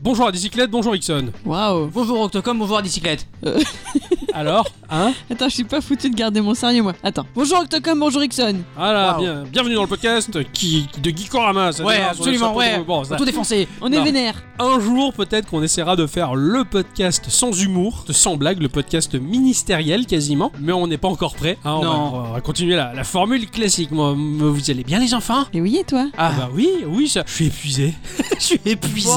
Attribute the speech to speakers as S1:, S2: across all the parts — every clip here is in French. S1: bonjour à bicyclette, bonjour Ixon.
S2: Waouh.
S3: Bonjour Octocom, bonjour à bicyclette.
S1: Alors, hein
S2: Attends, je suis pas foutu de garder mon sérieux, moi. Attends. Bonjour Octocom, bonjour Ixon.
S1: Voilà,
S3: Wow.
S1: bien, bienvenue dans le podcast qui, qui- de Geekorama. ça
S3: Ouais,
S1: démarre sur les
S3: absolument,
S1: chapeaux
S3: ouais.
S1: de roue. Bon, ça-
S3: Tout défoncé.
S2: On est
S1: Non.
S2: vénère.
S1: un jour, peut-être qu'on essaiera de faire le podcast sans humour, sans blague, le podcast ministériel quasiment, mais on n'est pas encore prêt. hein, on, va,
S3: Non.
S1: on va continuer la, la formule classique. Moi, me- vous allez bien, les enfants
S2: Et oui, et toi
S1: ah bah oui, oui, ça... je suis épuisé. je suis épuisé.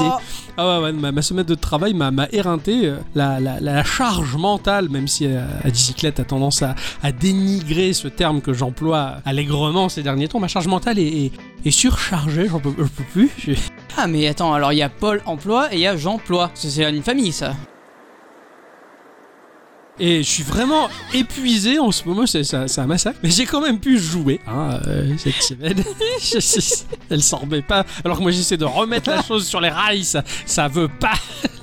S1: Ah ouais, ouais, ma, ma semaine de travail m'a m'a éreinté. euh, La, la- la charge mentale, même si euh, la bicyclette a tendance à, à dénigrer ce terme que j'emploie allègrement ces derniers temps, ma charge mentale est, est- est surchargée, j'en peux, je peux plus. Je-
S3: Ah mais attends, alors il y a Paul Emploi et il y a J'Emploi. C'est- C'est une famille ça.
S1: Et je suis vraiment épuisé en ce moment, c'est c'est un c'est un massacre. Mais j'ai quand même pu jouer hein, euh, cette semaine. Je- je- elle s'en remet pas. Alors que moi j'essaie de remettre la chose sur les rails, ça, ça veut pas.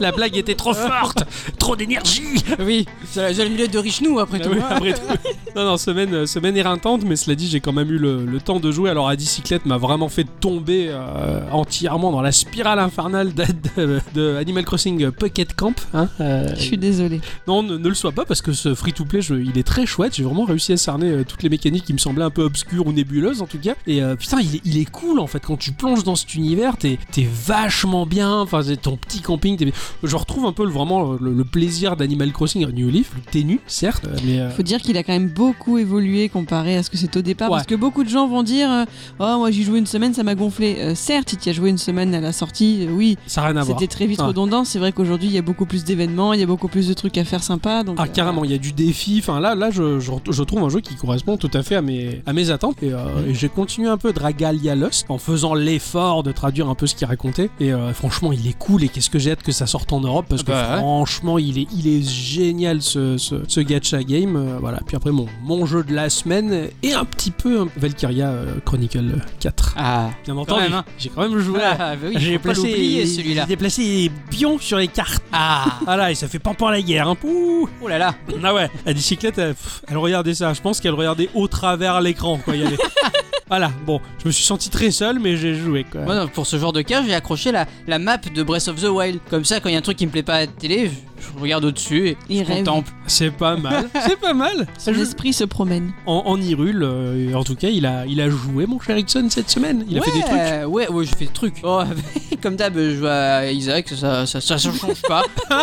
S1: La blague était trop forte, trop d'énergie.
S3: Oui, c'est la- c'est l'amulette de Richnou après
S2: Bah
S1: Ah oui, après tout. Non, non, semaine, euh, semaine éreintante, mais cela dit, j'ai quand même eu le, le temps de jouer. Alors, la bicyclette m'a vraiment fait tomber euh, entièrement dans la spirale infernale de, de- de Animal Crossing Pocket Camp. hein, euh,
S2: Je suis désolé.
S1: non, ne, ne le soit pas, parce que ce free-to-play, je- il est très chouette. J'ai vraiment réussi à cerner euh, toutes les mécaniques qui me semblaient un peu obscures ou nébuleuses, en tout cas. Et euh, putain, il, est- il est cool, en fait. Quand tu plonges dans cet univers, t'es t'es vachement bien. Enfin, c'est ton petit camping. t'es- Je retrouve un peu le- vraiment le, le plaisir d'Animal Crossing New Leaf. T'es nu, certes, euh, mais... euh,
S2: Faut dire qu'il a quand même beaucoup évolué comparé à ce que c'est au départ.
S1: Ouais.
S2: Parce que beaucoup de gens vont dire euh, Oh, moi j'y joué une semaine, ça m'a gonflé. Euh, certes, tu y as joué une semaine à la sortie, euh, oui,
S1: Ça n'a rien à voir.
S2: c'était très vite
S1: Ouais.
S2: redondant. C'est vrai qu'aujourd'hui il y a beaucoup plus d'événements, il y a beaucoup plus de trucs à faire sympa. Donc,
S1: Ah
S2: euh,
S1: carrément, il y a du défi. Enfin là, là, je, je, je trouve un jeu qui correspond tout à fait à mes, à mes attentes. Et, euh,
S3: Mhm.
S1: et j'ai continué un peu Dragalia Lost en faisant l'effort de traduire un peu ce qu'il racontait. Et euh, franchement, il est cool. Et qu'est-ce que j'ai hâte que ça sorte en Europe parce que
S3: Bah ouais.
S1: franchement, il est, il est génial ce, ce, ce gacha game. Euh, voilà. Puis après, mon, mon jeu de la semaine est un petit peu hein, Valkyria euh, Chronicle 4.
S3: Ah,
S1: Bien
S3: quand
S1: entendu,
S3: même. Hein.
S1: j'ai quand même joué. à-
S3: Ah, bah oui, j'ai pas l'oublier celui-là.
S1: J'ai placé les pions sur les cartes.
S3: Ah,
S1: Ah là, et ça fait pampan la guerre. Hein. Pouh
S3: oh là là.
S1: ah ouais, la bicyclette, elle, pff, elle regardait ça. Je pense qu'elle regardait au travers l'écran. Quoi. Il y avait- voilà, bon, je me suis senti très seul, mais j'ai joué. Quoi.
S3: Moi, non, pour ce genre de cas, j'ai accroché la, la map de Breath of the Wild. Comme ça, quand il y a un truc qui me plaît pas à la télé, je, je regarde au-dessus et
S2: Il
S3: je
S2: rêve.
S3: contemple.
S1: C'est pas mal. C'est pas mal.
S2: Son
S1: Je-
S2: esprit se promène.
S1: En, en Hyrule, euh, en tout cas, il a, il a joué, mon cher Ixon, cette semaine. Il a
S3: ouais,
S1: fait des trucs.
S3: Ouais, ouais, j'ai fait des trucs. Oh, comme d'hab, je vois à Isaac, ça, ça, ça, ça change pas.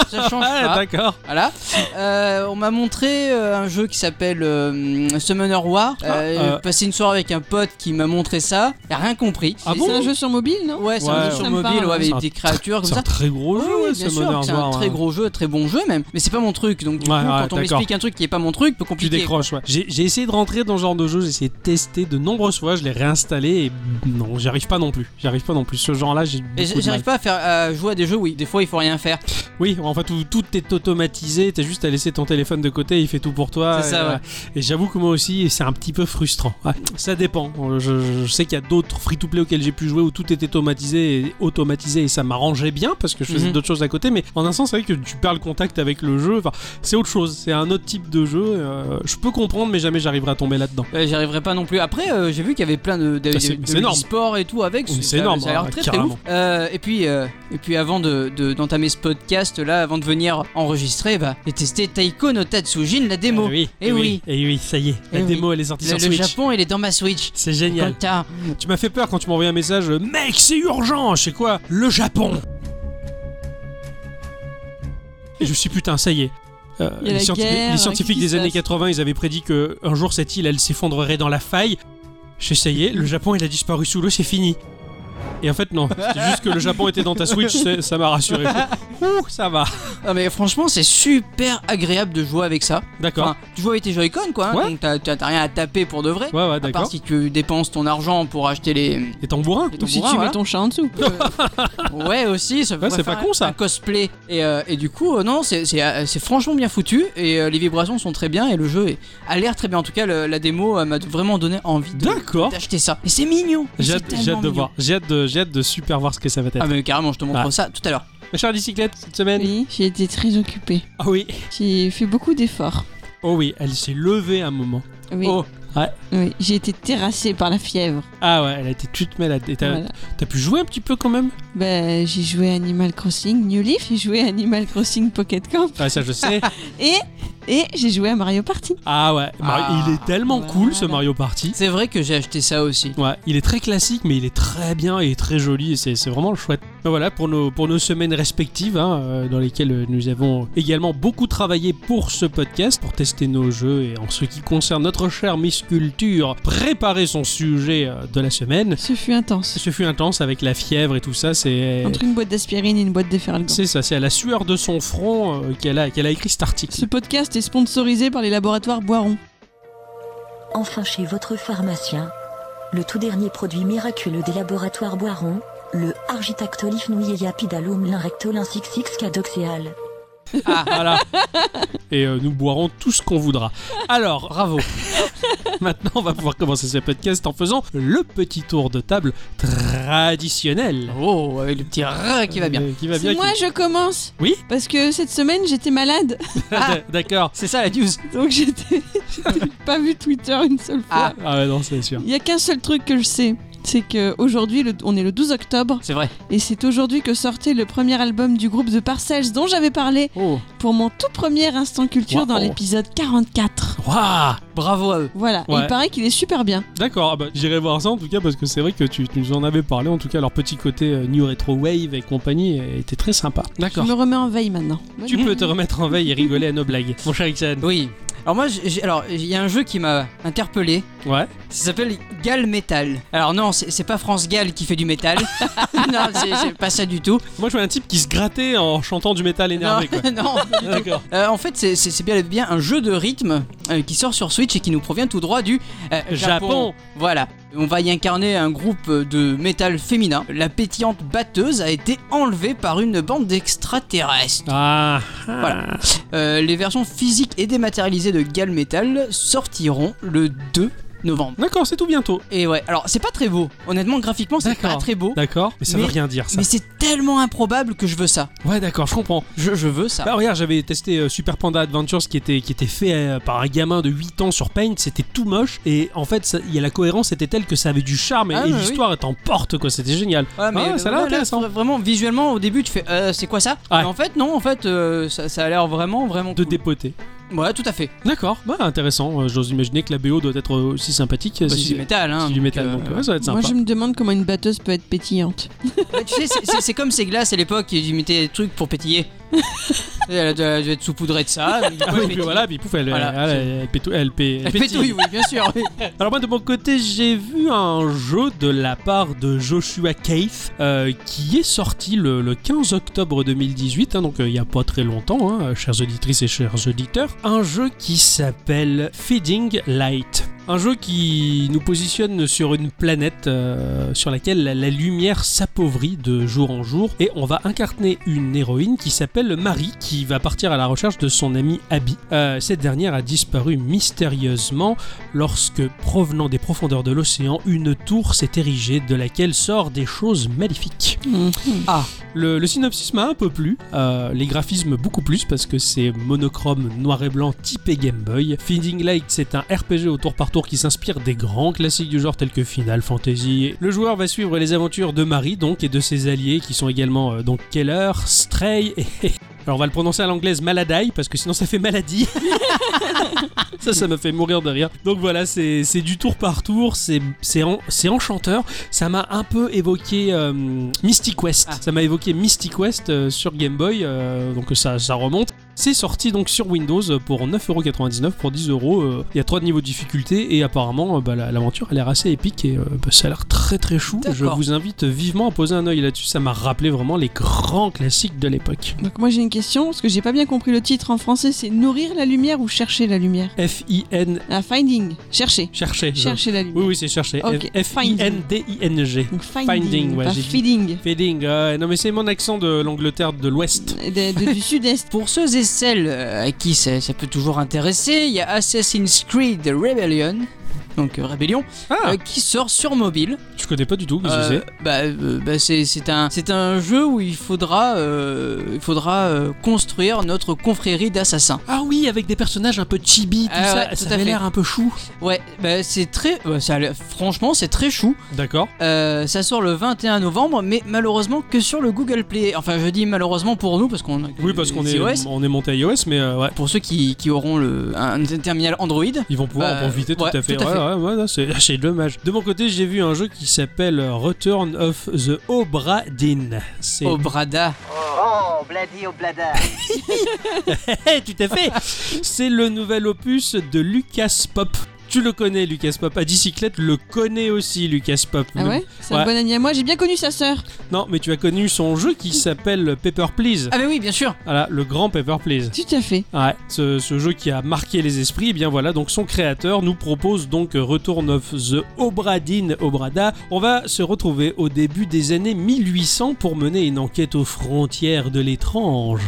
S3: ça change
S1: Ah,
S3: pas.
S1: d'accord.
S3: Voilà. Euh, on m'a montré euh, un jeu qui s'appelle euh, Summoner War.
S1: Ah,
S3: Euh,
S1: euh.
S3: j'ai passé une soirée avec un pote qui m'a montré ça. Il a rien compris.
S1: Ah
S2: Et
S1: bon
S2: c'est un jeu sur mobile, non
S3: Ouais, c'est
S1: Ouais,
S3: un
S1: ouais.
S3: jeu
S2: Ça
S3: sur
S2: me
S3: mobile
S2: parle,
S3: ouais, avec
S1: ouais.
S3: des créatures comme
S1: C'est un
S3: ça.
S1: très gros
S3: Oui,
S1: jeu,
S3: oui,
S1: ce
S3: bien sûr,
S1: Modern
S3: c'est un
S1: War,
S3: très
S1: hein.
S3: gros jeu, très bon jeu même. Mais c'est pas mon truc, donc du
S1: Ouais,
S3: coup,
S1: ouais,
S3: quand on
S1: d'accord.
S3: m'explique un truc qui est pas mon truc, peut
S1: Tu
S3: compliquer. quoi.
S1: décroches, ouais. J'ai j'ai essayé de rentrer dans ce genre de jeu, j'ai essayé de tester de nombreuses fois, je l'ai réinstallé et non, j'y arrive pas non plus. J'y arrive pas non plus. Ce genre-là, j'ai.
S3: Et
S1: beaucoup de mal.
S3: J'arrive pas à faire à jouer à des jeux, oui. Des fois, il faut rien faire.
S1: Oui, en fait, où tout est automatisé, t'as juste à laisser ton téléphone de côté, il fait tout pour toi.
S3: C'est
S1: et, euh,
S3: ça, ouais.
S1: et j'avoue que moi aussi, c'est un petit peu frustrant. Ouais, ça dépend. Euh, Je, je sais qu'il y a d'autres free-to-play auxquels j'ai pu jouer où tout était automatisé et, automatisé et ça m'arrangeait bien parce que je faisais
S3: Mhm.
S1: d'autres choses à côté. Mais en un sens, c'est vrai que tu perds le contact avec le jeu. Enfin, c'est autre chose. C'est un autre type de jeu. euh, je peux comprendre, mais jamais j'arriverai à tomber là-dedans.
S3: Ouais, J'y arriverai pas non plus. Après, euh, j'ai vu qu'il y avait plein de, de,
S1: Ah, c'est-
S3: de-
S1: c'est
S3: de
S1: énorme.
S3: e-sport et tout avec.
S1: Oui, c'est
S3: Ça-
S1: énorme,
S3: Ça a l'air
S1: hein,
S3: très
S1: carrément.
S3: très ouf. Euh, et puis, euh, et puis avant de de- d'entamer ce podcast là, avant de venir enregistrer, bah, j'ai testé Taiko no Tatsujin la démo.
S1: Eh oui,
S3: Eh
S1: eh
S3: oui.
S1: eh oui, ça y est. La
S3: Eh oui.
S1: démo, elle est sortie
S3: le,
S1: sur
S3: le
S1: Switch.
S3: Japon, il est dans ma Switch.
S1: C'est génial.
S3: Coltard.
S1: Tu m'as fait peur quand tu m'as envoyé un message euh, Mec, c'est urgent Je sais quoi Le Japon Et je me suis dit, putain, ça y est. Euh,
S2: Il y a
S1: les,
S2: la guerre,
S1: les scientifiques
S2: qu'est-ce qui
S1: des
S2: se
S1: années
S2: passe
S1: 80, ils avaient prédit que un jour cette île, elle s'effondrerait dans la faille. J'ai ça y est, le Japon, il a disparu sous l'eau, c'est fini. Et en fait, non, c'est juste que le Japon était dans ta Switch, c'est- ça m'a rassuré. Ouh, ça va.
S3: Non Ah, mais franchement, c'est super agréable de jouer avec ça.
S1: D'accord.
S3: Enfin, tu joues avec tes Joy-Con quoi. hein,
S1: Ouais.
S3: Donc t'as t'as- t'as rien à taper pour de vrai.
S1: Ouais, ouais,
S3: à part
S1: d'accord.
S3: si tu dépenses ton argent pour acheter les.
S1: Et tambourins
S3: les
S2: Ou si tu
S3: tambourins, voilà.
S2: mets ton chat en dessous.
S3: Ouais aussi, ça
S1: Ouais,
S3: pourrait
S1: c'est pas
S3: faire
S1: con, ça.
S3: Un cosplay et, euh, et du coup euh, non, c'est c'est, euh, c'est franchement bien foutu et euh, les vibrations sont très bien et le jeu est- a l'air très bien. En tout cas, le- la démo euh, m'a vraiment donné envie de-
S1: D'accord.
S3: d'acheter ça. Et c'est mignon.
S1: J'ai
S3: C'est
S1: hâte,
S3: tellement
S1: j'ai hâte de
S3: mignon.
S1: voir. J'ai hâte de, j'ai hâte de super voir ce que ça va être.
S3: Ah mais carrément, je te montre
S1: Ah.
S3: ça tout à l'heure.
S1: Ma chère bicyclette, cette semaine
S2: Oui, j'ai été très occupée.
S1: Ah oui.
S2: J'ai fait beaucoup d'efforts.
S1: Oh oui, elle s'est levée à un moment.
S2: Oui.
S1: Oh,
S2: Oui, j'ai été terrassée par la fièvre.
S1: Ah ouais, elle a été toute malade. Et t'as
S2: Voilà.
S1: t'as pu jouer un petit peu quand même
S2: Ben, j'ai joué à Animal Crossing New Leaf, j'ai joué à Animal Crossing Pocket Camp
S1: Ah ça je sais.
S2: et, et j'ai joué à Mario Party.
S1: ah ouais, Mar-
S3: Ah,
S1: il est tellement cool ce
S2: voilà.
S1: Mario Party.
S3: C'est vrai que j'ai acheté ça aussi.
S1: Ouais, il est très classique, mais il est très bien et très joli, et c'est c'est vraiment chouette. Ben voilà, pour nos, pour nos semaines respectives, hein, euh, dans lesquelles euh, nous avons également beaucoup travaillé pour ce podcast, pour tester nos jeux, et en ce qui concerne notre chère Miss Culture, préparer son sujet euh, de la semaine.
S2: Ce fut intense.
S1: Ce fut intense avec la fièvre et tout ça, c'est...
S2: Entre une boîte d'aspirine et une boîte d'efferalgan.
S1: C'est ça, c'est à la sueur de son front euh, qu'elle a, qu'elle a écrit cet
S2: Ce
S1: article.
S2: podcast est sponsorisé par les laboratoires Boiron.
S4: Enfin chez votre pharmacien, le tout dernier produit miraculeux des laboratoires Boiron, le Argitactolif Nuieyapidalum Linrectolin 6 Cadoxéal.
S1: Voilà. Et euh, nous boirons tout ce qu'on voudra. Alors, bravo. Maintenant, on va pouvoir commencer ce podcast en faisant le petit tour de table traditionnel.
S3: Oh, avec le petit rat qui va bien.
S1: Euh, qui va bien.
S2: C'est
S1: qui-
S2: moi je commence
S1: Oui.
S2: Parce que cette semaine j'étais malade,
S1: D'accord.
S3: C'est ça la news.
S2: donc j'étais j'étais pas vu Twitter une seule fois.
S3: Ah.
S1: Ah ouais, non, c'est sûr.
S2: Il y a qu'un seul truc que je sais, c'est qu'aujourd'hui on est le 12 octobre
S3: C'est vrai.
S2: et c'est aujourd'hui que sortait le premier album du groupe The Parcells dont j'avais parlé
S3: Oh.
S2: pour mon tout premier instant culture dans
S1: Wow.
S2: l'épisode 44.
S1: Waouh
S3: Bravo à eux.
S2: Voilà, Et
S1: Ouais.
S2: il paraît qu'il est super bien.
S1: D'accord, ah bah, j'irai voir ça en tout cas parce que c'est vrai que tu, tu nous en avais parlé en tout cas leur petit côté euh, new retro wave et compagnie euh, était très sympa.
S2: Je
S1: D'accord.
S2: me remets en veille maintenant.
S1: Tu peux te remettre en veille et rigoler à nos blagues. Mon cher Ixon.
S3: Oui. Alors moi, j'ai- j'ai- alors il y a un jeu qui m'a interpellé.
S1: Ouais.
S3: Ça s'appelle Gal Metal. Alors non, c'est c'est pas France Gall qui fait du métal. non, c'est c'est pas ça du tout.
S1: Moi, je vois un type qui se grattait en chantant du métal énervé, quoi.
S3: non, non.
S1: D'accord.
S3: Euh, en fait, c'est- c'est c'est bien, bien un jeu de rythme euh, qui sort sur Switch et qui nous provient tout droit du euh, Japon.
S1: Japon.
S3: Voilà. On va y incarner un groupe de métal féminin. La pétillante batteuse a été enlevée par une bande d'extraterrestres.
S1: Ah,
S3: Voilà. Euh, les versions physiques et dématérialisées de Gal Metal sortiront le 2 novembre.
S1: d'accord, c'est tout bientôt.
S3: Et ouais, alors c'est pas très beau. Honnêtement, graphiquement, c'est
S1: D'accord.
S3: pas très beau.
S1: D'accord, mais ça
S3: Mais-
S1: veut rien dire ça.
S3: Mais c'est tellement improbable que je veux ça.
S1: Ouais, d'accord, je comprends.
S3: Je, je veux ça.
S1: Bah, regarde, j'avais testé euh, Super Panda Adventures qui était, qui était fait euh, par un gamin de 8 ans sur Paint, c'était tout moche. Et en fait, ça- il y a la cohérence était telle que ça avait du charme et,
S3: Ah,
S1: et
S3: bah oui.
S1: l'histoire est en porte, quoi. C'était génial.
S3: Ouais, mais
S1: Ah,
S3: euh,
S1: ça a l'air
S3: là, là,
S1: intéressant.
S3: vra- Vraiment, visuellement, au début, tu fais euh, c'est quoi ça
S1: Ouais.
S3: Mais en fait, non, en fait, euh, ça, ça a l'air vraiment, vraiment.
S1: De
S3: cool.
S1: dépoter.
S3: Ouais, tout à fait.
S1: D'accord, bah intéressant. Euh, J'ose imaginer que la BO doit être aussi sympathique. euh,
S3: Bah,
S1: si
S3: c'est du métal, hein.
S1: c'est du
S3: donc,
S1: métal,
S3: euh,
S1: donc ouais, ça va être
S2: Moi
S1: sympa.
S2: je me demande comment une batteuse peut être pétillante.
S3: ouais, tu sais, c'est- c'est- c'est comme ces glaces à l'époque, ils mettaient des trucs pour pétiller. Et elle a dû elle a dû être saupoudrée de ça. donc, du coup,
S1: Ah
S3: elle
S1: oui, puis
S3: pétille.
S1: voilà, puis pouf, elle,
S3: Voilà.
S1: elle, elle, elle pétou- elle pé- elle
S3: Elle
S1: pétille.
S3: pétouille, oui, bien sûr. oui.
S1: Alors moi de mon côté j'ai vu un jeu de la part de Joshua Keith euh, qui est sorti le, le 15 octobre 2018, hein, donc euh, il n'y a pas très longtemps, hein, euh, chères auditrices et chers auditeurs, un jeu qui s'appelle Feeding Light. Un jeu qui nous positionne sur une planète euh, sur laquelle la, la lumière s'appauvrit de jour en jour et on va incarner une héroïne qui s'appelle Marie qui va partir à la recherche de son amie Abby. Euh, cette dernière a disparu mystérieusement lorsque, provenant des profondeurs de l'océan, une tour s'est érigée de laquelle sort des choses maléfiques. Le, le synopsis m'a un peu plu, euh, les graphismes beaucoup plus parce que c'est monochrome noir et blanc typé Game Boy. Finding Light, c'est un RPG au tour par tour qui s'inspire des grands classiques du genre tels que Final Fantasy. Le joueur va suivre les aventures de Marie donc et de ses alliés qui sont également euh, donc Keller, Stray et alors on va le prononcer à l'anglaise maladie parce que sinon ça fait maladie. ça, ça m'a fait mourir de rire. Donc voilà, c'est c'est du tour par tour, c'est c'est en- c'est enchanteur. Ça m'a un peu évoqué euh, Mystic West.
S3: Ah.
S1: Ça m'a évoqué Mystic West euh, sur Game Boy, euh, donc ça, ça remonte. C'est sorti donc sur Windows pour 9,99€ pour 10€. euh, Il y a trois niveaux de difficulté et apparemment euh, bah, la- l'aventure a l'air assez épique et euh, bah, ça a l'air très très chou. Je
S3: D'accord.
S1: vous invite vivement à poser un œil là-dessus. Ça m'a rappelé vraiment les grands classiques de l'époque.
S2: Donc moi j'ai une question, parce que j'ai pas bien compris le titre en français, c'est nourrir la lumière ou chercher la lumière
S1: F-I-N.
S2: Ah, finding, chercher.
S1: Chercher. je-
S2: Chercher la
S1: Oui,
S2: lumière.
S1: oui, c'est chercher.
S2: Ok,
S1: F-I-N-D-I-N-G.
S2: Donc finding,
S1: Finding, ouais,
S2: pas
S1: j'ai dit.
S2: feeding.
S1: Feeding. euh, non, mais c'est mon accent de l'Angleterre de l'Ouest.
S2: De- de- du sud-est.
S3: Pour ceux et celles euh, à qui ça, ça peut toujours intéresser, il y a Assassin's Creed Rebellion donc euh, Rébellion,
S1: Ah,
S3: euh, qui sort sur mobile.
S1: je connais pas du tout, mais
S3: Euh,
S1: je sais.
S3: bah, euh, bah, c'est c'est un, c'est un jeu où il faudra, euh, il faudra euh, construire notre confrérie d'assassins.
S1: Ah oui, avec des personnages un peu chibi, tout
S3: Ah
S1: ça,
S3: ouais, tout
S1: ça
S3: à
S1: avait
S3: fait.
S1: l'air un peu chou.
S3: Ouais, bah, c'est très. bah, ça a l'air- franchement, c'est très chou.
S1: D'accord.
S3: Euh, ça sort le 21 novembre, mais malheureusement que sur le Google Play. Enfin, je dis malheureusement pour nous, parce qu'on a que
S1: Oui, parce qu'on
S3: les
S1: est,
S3: iOS.
S1: on est monté à iOS, mais euh, ouais,
S3: Pour ceux qui, qui auront le, un terminal Android,
S1: ils vont pouvoir
S3: Bah,
S1: en profiter tout
S3: ouais,
S1: à fait.
S3: tout à
S1: Ouais,
S3: fait.
S1: ouais, ouais, non, c'est c'est dommage. De mon côté, j'ai vu un jeu qui s'appelle Return of the Obra Dinn. C'est
S3: Obrada.
S5: Oh, bladi oblada.
S1: Hey, tout à fait. C'est le nouvel opus de Lucas Pop. Tu le connais, Lucas Pop. À bicyclette le connaît aussi, Lucas Pop.
S2: Ah ouais C'est
S1: Ouais.
S2: un bon ami à moi, j'ai bien connu sa sœur.
S1: Non, mais tu as connu son jeu qui s'appelle Paper Please.
S3: Ah, mais oui, bien sûr.
S1: Voilà, le grand Paper Please. Ah
S2: Tout à fait.
S1: Ouais, ce, ce jeu qui a marqué les esprits, eh bien voilà, donc son créateur nous propose donc Return of the Obradine Obrada. On va se retrouver au début des années 1800 pour mener une enquête aux frontières de l'étrange.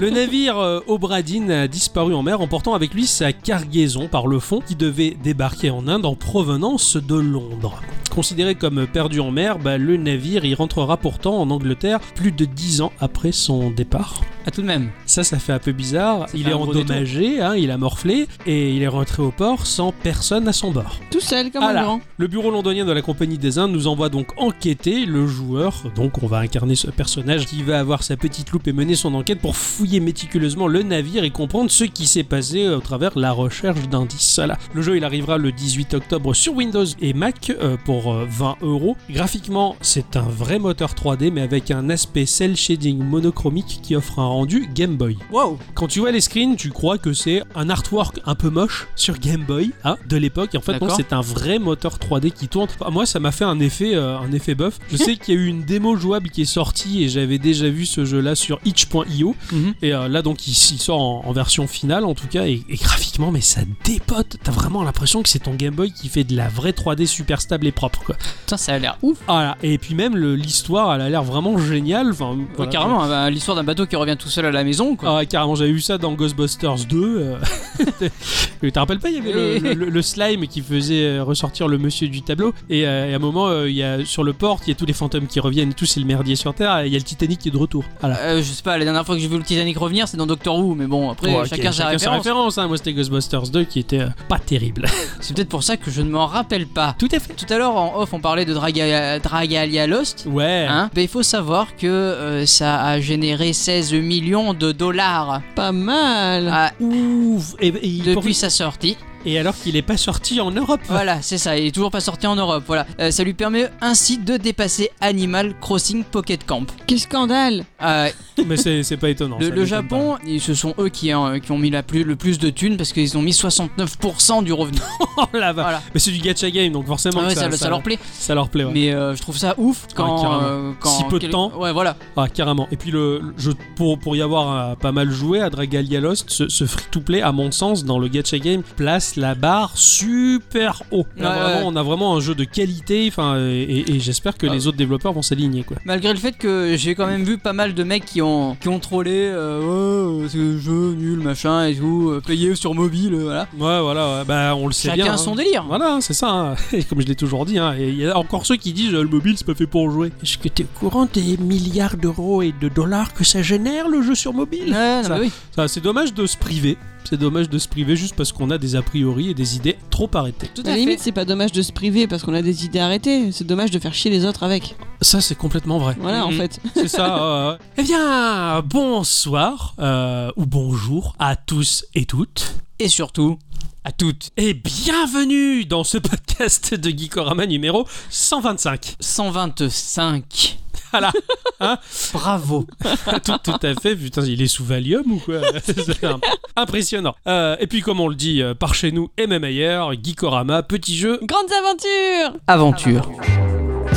S1: Le navire euh, Obradine a disparu en mer, emportant avec lui sa cargaison par le fond qui devait débarquer en Inde en provenance de Londres. Considéré comme perdu en mer, bah, le navire y rentrera pourtant en Angleterre plus de 10 ans après son départ.
S3: Ah, tout de même.
S1: Ça, ça fait un peu bizarre.
S3: Ça
S1: Il
S3: fait
S1: est
S3: un gros détour.
S1: endommagé, hein, il a morflé, et il est rentré au port sans personne à son bord.
S2: Tout seul, comme
S1: Ah là.
S2: un grand.
S1: Le bureau londonien de la Compagnie des Indes nous envoie donc enquêter le joueur, donc on va incarner ce personnage qui va avoir sa petite loupe et mener son enquête pour fouiller méticuleusement le navire et comprendre ce qui s'est passé au travers la recherche d'indices. Voilà. Le jeu il arrivera le 18 octobre sur Windows et Mac euh, pour euh, 20 euros. Graphiquement, c'est un vrai moteur 3D mais avec un aspect cel shading monochromique qui offre un rendu Game Boy.
S3: Wow.
S1: Quand tu vois les screens, tu crois que c'est un artwork un peu moche sur Game Boy hein, de l'époque. Et en fait, non,
S3: D'accord.
S1: c'est un vrai moteur 3D qui tourne. Enfin, moi, ça m'a fait un effet, euh, un effet bof. Je sais qu'il y a eu une démo jouable qui est sortie et j'avais déjà vu ce jeu-là sur itch.io.
S3: Mhm.
S1: Et euh, là, donc, il, il sort en, en version finale, en tout cas, et, et graphiquement, mais ça dépote. T'as vraiment l'impression que c'est ton Game Boy qui fait de la vraie 3D super stable et propre, quoi.
S3: Putain, ça a l'air.
S1: Ouf. Voilà. Et puis même le- l'histoire, elle a l'air vraiment géniale. Enfin, voilà.
S3: Ouais, carrément, hein, bah, l'histoire d'un bateau qui revient tout seul à la maison, quoi.
S1: Ah ouais, carrément, j'avais eu ça dans Ghostbusters 2. euh. Tu te rappelles pas, il y avait le, le- le- le slime qui faisait euh, ressortir le monsieur du tableau. Et, euh, et à un moment, euh, il y a, sur le port, il y a tous les fantômes qui reviennent et tout, c'est le merdier sur Terre. et Il y a le Titanic qui est de retour. Voilà.
S3: Euh, je sais pas, la dernière fois que j'ai vu le Titanic revenir, c'est dans Doctor Who, mais bon, après,
S1: Bon, ok,
S3: chacun sa référence.
S1: hein. Moi, c'était Ghostbusters 2 qui était euh, pas terrible.
S3: C'est peut-être pour ça que je ne m'en rappelle pas.
S1: Tout à fait.
S3: Tout à l'heure, en off, on parlait de Draga- Dragalia Lost.
S1: Ouais.
S3: Hein Ben, il faut savoir que euh, ça a généré 16 millions de dollars
S2: Pas mal.
S3: à-
S1: Ouf. Et, et il-
S3: depuis
S1: pour-
S3: sa sortie.
S1: et alors qu'il est pas sorti en Europe.
S3: Voilà, c'est ça, il est toujours pas sorti en Europe. Voilà, Euh, ça lui permet ainsi de dépasser Animal Crossing Pocket Camp.
S2: Quel scandale.
S3: Euh,
S1: Mais c'est c'est pas étonnant.
S3: le,
S1: ça
S3: le
S1: m'étonne pas.
S3: Japon, ils, ce sont eux qui, hein, qui ont mis la plus, le plus de thunes parce qu'ils ont mis 69% du revenu.
S1: Oh la vache.
S3: Voilà.
S1: Mais c'est du gacha game, donc forcément,
S3: Ah ouais,
S1: que ça,
S3: ça, ça leur plaît.
S1: ça leur plaît. ouais.
S3: Mais euh, je trouve ça ouf
S1: Ouais,
S3: quand,
S1: carrément.
S3: euh, quand
S1: Si peu de
S3: quel-
S1: temps.
S3: Ouais, voilà.
S1: Ah, carrément. Et puis, le, le- je, pour, pour y avoir euh, pas mal joué à Dragalia Lost, ce, ce free-to-play, à mon sens, dans le gacha game, place la barre super haut. Là,
S3: Ouais,
S1: vraiment,
S3: ouais.
S1: On a vraiment un jeu de qualité, enfin, et, et- et j'espère que
S3: Ah.
S1: les autres développeurs vont s'aligner. quoi.
S3: Malgré le fait que j'ai quand même vu pas mal de mecs qui ont, qui ont trollé, euh, ouais, euh, ce jeu nul, machin et tout, euh, payé sur mobile, euh, voilà.
S1: Ouais, voilà, ouais. bah, on le sait
S3: Chacun
S1: bien. hein.
S3: son délire.
S1: Voilà, c'est ça. hein. Et comme je l'ai toujours dit, hein, et il y a encore ceux qui disent euh, le mobile, c'est pas fait pour jouer. Est-ce que t'es au courant des milliards d'euros et de dollars que ça génère le jeu sur mobile
S3: Ouais, non,
S1: Ça-
S3: mais oui.
S1: Ça, C'est dommage de se priver. C'est dommage de se priver juste parce qu'on a des a priori et des idées trop arrêtées.
S3: Tout
S2: À
S3: à
S2: la limite,
S3: fait.
S2: c'est pas dommage de se priver parce qu'on a des idées arrêtées. C'est dommage de faire chier les autres avec.
S1: Ça, c'est complètement vrai.
S2: Voilà, en
S3: Mhm.
S2: fait.
S1: C'est ça. ouais, ouais. Eh bien, bonsoir euh, ou bonjour à tous et toutes.
S3: Et surtout, à toutes,
S1: Et bienvenue dans ce podcast de Geekorama numéro 125.
S3: 125.
S1: Voilà. Hein
S3: Bravo.
S1: tout, tout à fait. Putain, il est sous Valium ou quoi C'est imp- impressionnant. Euh, et puis, comme on le dit euh, par chez nous et même ailleurs, Geekorama, petit jeu.
S2: Grandes aventures
S1: Ah,
S3: Aventure.
S1: bah,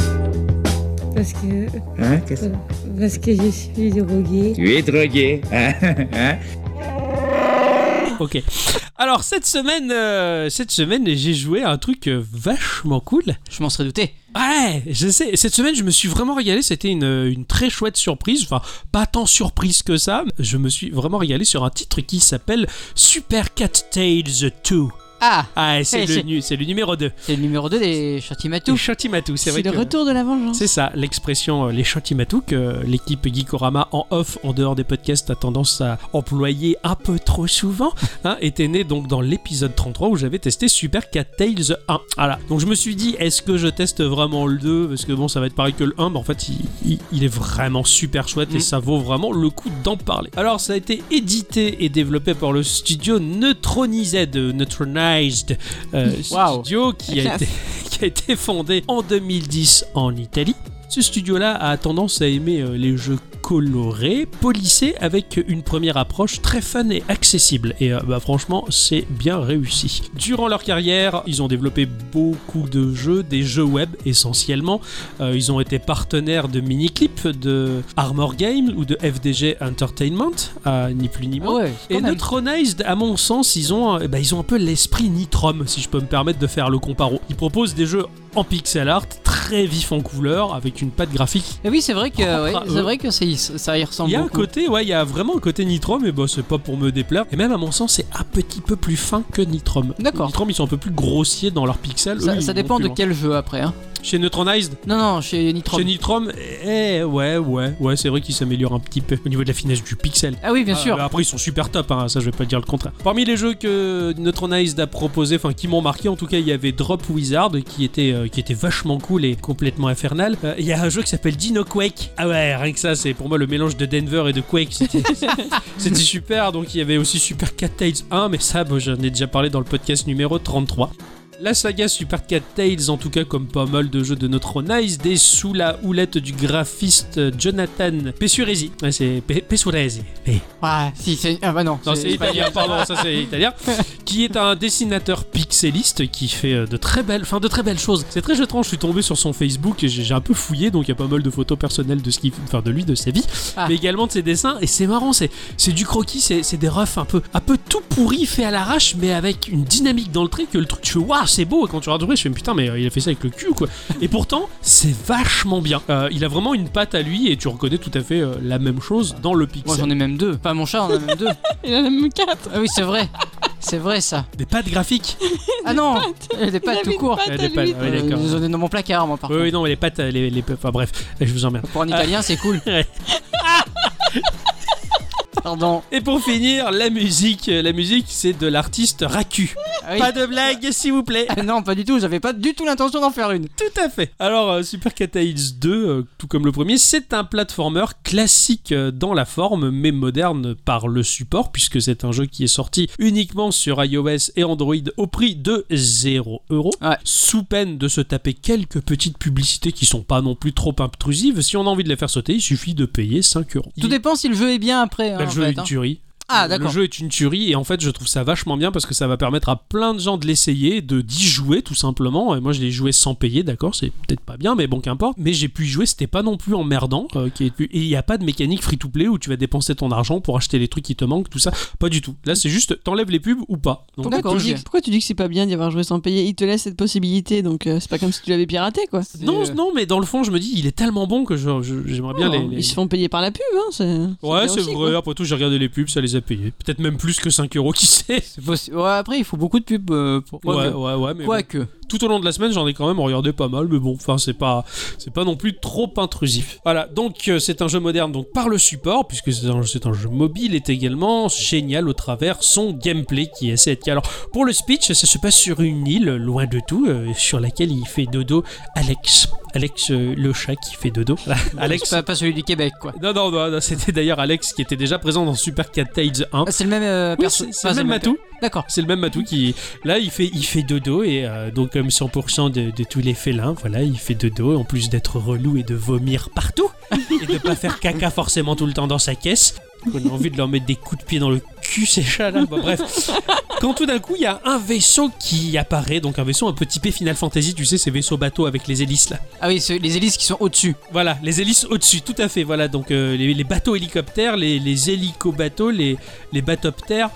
S6: Parce que,
S7: Hein, qu'est-ce-
S6: parce que je suis droguée.
S7: Tu es drogué. Hein, hein
S1: Ok. Alors cette semaine, euh, cette semaine, j'ai joué à un truc euh, vachement cool.
S3: Je m'en serais douté.
S1: Ouais, je sais. Cette semaine, je me suis vraiment régalé. C'était une, euh, une très chouette surprise. Enfin, pas tant surprise que ça. Je me suis vraiment régalé sur un titre qui s'appelle Super Cat Tales 2.
S3: Ah,
S1: Ah, c'est
S3: Eh,
S1: le,
S3: c'est-
S1: nu- c'est le numéro 2.
S3: c'est le numéro 2 des
S1: Tout
S3: Chantimatou.
S1: Chantimatou, c'est vrai
S2: C'est le
S1: que-
S2: retour de la vengeance.
S1: C'est ça, l'expression euh, les chantimatou que l'équipe Geekorama en off, en dehors des podcasts, a tendance à employer un peu trop souvent, hein, était née donc dans l'épisode 33 où j'avais testé Super Cat Tales 1. Voilà. Donc je me suis dit, est-ce que je teste vraiment le 2 Parce que bon, ça va être pareil que le 1, mais en fait, il, il- il est vraiment super chouette et
S3: Mm.
S1: ça vaut vraiment le coup d'en parler. Alors, ça a été édité et développé par le studio Neutronized, euh, Neutronized euh,
S3: Wow.
S1: studio qui
S2: La
S1: a, été, qui a été fondé en 2010 en Italie. Ce studio-là a tendance à aimer euh, les jeux colorés, polissés, avec une première approche très fun et accessible. Et euh, bah, franchement, c'est bien réussi. Durant leur carrière, ils ont développé beaucoup de jeux, des jeux web essentiellement. Euh, ils ont été partenaires de Miniclip, de Armor Game ou de FDG Entertainment, euh, ni plus ni moins.
S3: ouais,
S1: Et Neutronized, à mon sens, ils ont, euh, bah, ils ont un peu l'esprit Nitrom, si je peux me permettre de faire le comparo. Ils proposent des jeux en pixel art, très vifs en couleur, avec une patte graphique.
S3: oui, c'est vrai que,
S1: Propre
S3: ouais,
S1: à eux.
S3: c'est vrai que c'est- ça y ressemble
S1: Il y a un
S3: beaucoup.
S1: côté, ouais, il y a vraiment un côté Nitrom, mais bah, c'est pas pour me déplaire. Et même à mon sens, c'est un petit peu plus fin que Nitrom.
S3: D'accord.
S1: Nitrom, ils sont un peu plus grossiers dans leurs pixels.
S3: Ça,
S1: Eux, ils
S3: ça
S1: vont
S3: dépend
S1: plus
S3: de
S1: loin.
S3: quel jeu après. hein.
S1: Chez Neutronized,
S3: Non, non, chez Nitro.
S1: chez Nitrom, eh ouais, ouais, ouais, c'est vrai qu'ils s'améliorent un petit peu au niveau de la finesse du pixel.
S3: Ah oui, bien
S1: Ah,
S3: sûr.
S1: bah après, ils sont super top, hein, ça je vais pas dire le contraire. Parmi les jeux que Neutronized a proposé, enfin qui m'ont marqué, en tout cas, il y avait Drop Wizard qui était, euh, qui était vachement cool et complètement infernal. Euh, Il y a un jeu qui s'appelle Dino Quake. Ah ouais, rien que ça, c'est pour moi le mélange de Denver et de Quake. C'était c'était super. Donc il y avait aussi Super Cat Tales 1, mais ça, bon, j'en ai déjà parlé dans le podcast numéro 33. La saga Super Cat Tales, en tout cas comme pas mal de jeux de notre Nice, est sous la houlette du graphiste Jonathan Pessuresi. Ouais, c'est Pe- Pessuresi. Eh.
S3: Ah, si, c'est. Ah bah non.
S1: Non,
S3: c'est-
S1: c'est italien, pardon, ça c'est italien. Qui est un dessinateur pixeliste qui fait euh, de très belles, enfin de très belles choses. C'est très étrange, je suis tombé sur son Facebook et j'ai j'ai un peu fouillé, donc il y a pas mal de photos personnelles de ce qu'il, enfin de lui, de sa vie,
S3: Ah.
S1: mais également de ses dessins. Et c'est marrant, c'est, c'est du croquis, c'est, c'est des refs un peu, un peu tout pourri fait à l'arrache, mais avec une dynamique dans le trait que le truc, tu fais waouh, c'est beau. Et quand tu regardes le truc, je fais putain, mais euh, il a fait ça avec le cul, quoi. Et pourtant, c'est vachement bien. Euh, il a vraiment une patte à lui et tu reconnais tout à fait euh, la même chose dans le pixel.
S3: Moi j'en ai même deux. Pas mon chat, on en a même deux.
S2: Il en a même 4.
S3: Ah oui, c'est vrai. C'est vrai ça.
S1: Des pattes graphiques.
S3: Ah non, elle est
S2: Il
S3: pas
S2: avait
S3: tout
S2: une
S3: court.
S2: patte
S1: Elle
S2: à
S1: est pas-
S2: lui.
S1: Ah ouais, d'accord.
S3: Euh, J'en ai dans mon placard moi par
S1: Oui,
S3: contre.
S1: oui, non, mais les pattes, les, les... Enfin bref, je vous emmerde.
S3: Pour un italien, c'est cool. Pardon.
S1: Et pour finir, la musique. euh, La musique, c'est de l'artiste Raku.
S3: Ah oui.
S1: Pas de blague, s'il vous plaît.
S3: Ah non, pas du tout, j'avais pas du tout l'intention d'en faire une.
S1: Tout à fait. Alors, euh, Super Cat Tales 2, euh, tout comme le premier, c'est un platformer classique euh, dans la forme, mais moderne par le support, puisque c'est un jeu qui est sorti uniquement sur iOS et Android au prix de 0 euros.
S3: Ouais.
S1: Sous peine de se taper quelques petites publicités qui sont pas non plus trop intrusives, si on a envie de les faire sauter, il suffit de payer 5 euros.
S3: Tout
S1: Il-
S3: dépend si le jeu est bien après. hein,
S1: Bah, le
S3: en
S1: jeu
S3: fait,
S1: est une
S3: hein.
S1: tuerie.
S3: Ah
S1: Le
S3: d'accord.
S1: jeu est une tuerie et en fait je trouve ça vachement bien parce que ça va permettre à plein de gens de l'essayer, de d'y jouer tout simplement. Et moi je l'ai joué sans payer, d'accord, c'est peut-être pas bien, mais bon qu'importe. Mais j'ai pu y jouer, c'était pas non plus emmerdant. euh, qui est- Et il n'y a pas de mécanique free-to-play où tu vas dépenser ton argent pour acheter les trucs qui te manquent, tout ça. Pas du tout. Là c'est juste t'enlèves les pubs ou pas. Donc,
S3: Pourquoi
S1: tu
S2: Pourquoi
S1: peux
S2: tu,
S1: jouer.
S2: dis,
S3: logique.
S2: pourquoi tu dis que c'est pas bien d'y avoir joué sans payer Il te laisse cette possibilité, donc euh, c'est pas comme si tu l'avais piraté, quoi.
S3: C'est-
S1: Non, non, mais dans le fond je me dis il est tellement bon que je- je- j'aimerais bien les- les...
S2: Oh, Ils se font payer par la pub, hein. c'est-
S1: Ouais,
S2: bien
S1: c'est
S2: aussi,
S1: vrai,
S2: quoi.
S1: après tout j'ai regardé les pubs, ça les a payés. Peut-être même plus que 5 euros, qui sait.
S3: C'est possible. Ouais, après, il faut beaucoup de pubs euh, pour.
S1: Ouais, ouais, ouais, mais bon.
S3: Quoique.
S1: tout au long de la semaine, j'en ai quand même regardé pas mal, mais bon, enfin, c'est pas, c'est pas non plus trop intrusif. Voilà, donc euh, c'est un jeu moderne, donc par le support, puisque c'est un, c'est un jeu mobile, est également génial au travers son gameplay qui est assez éthique. Alors, pour le speech, ça se passe sur une île, loin de tout, euh, sur laquelle il fait dodo Alex. Alex, euh, le chat qui fait dodo.
S3: Alex.
S1: Alex.
S3: Pas, pas celui du Québec, quoi.
S1: Non, non, non, non, c'était d'ailleurs Alex qui était déjà présent dans Super Cat Tales 1.
S3: Ah, C'est le même euh,
S1: Oui,
S3: perso-
S1: c'est c'est
S3: enfin,
S1: le même
S3: perso-
S1: matou.
S3: D'accord.
S1: C'est le même Matou qui là il fait il fait dodo et euh, donc comme 100% de, de tous les félins, voilà, il fait dodo en plus d'être relou et de vomir partout et de pas faire caca forcément tout le temps dans sa caisse. On a envie de leur mettre des coups de pied dans le cul ces chats-là. Bon, bref. Quand tout d'un coup, il y a un vaisseau qui apparaît, donc un vaisseau un peu typé Final Fantasy, tu sais, ces vaisseaux bateaux avec les hélices là.
S3: Ah oui, c'est les hélices qui sont au-dessus.
S1: Voilà, les hélices au-dessus, tout à fait. Voilà, donc euh, les, les bateaux hélicoptères, les, les hélicobateaux, les, les batoptères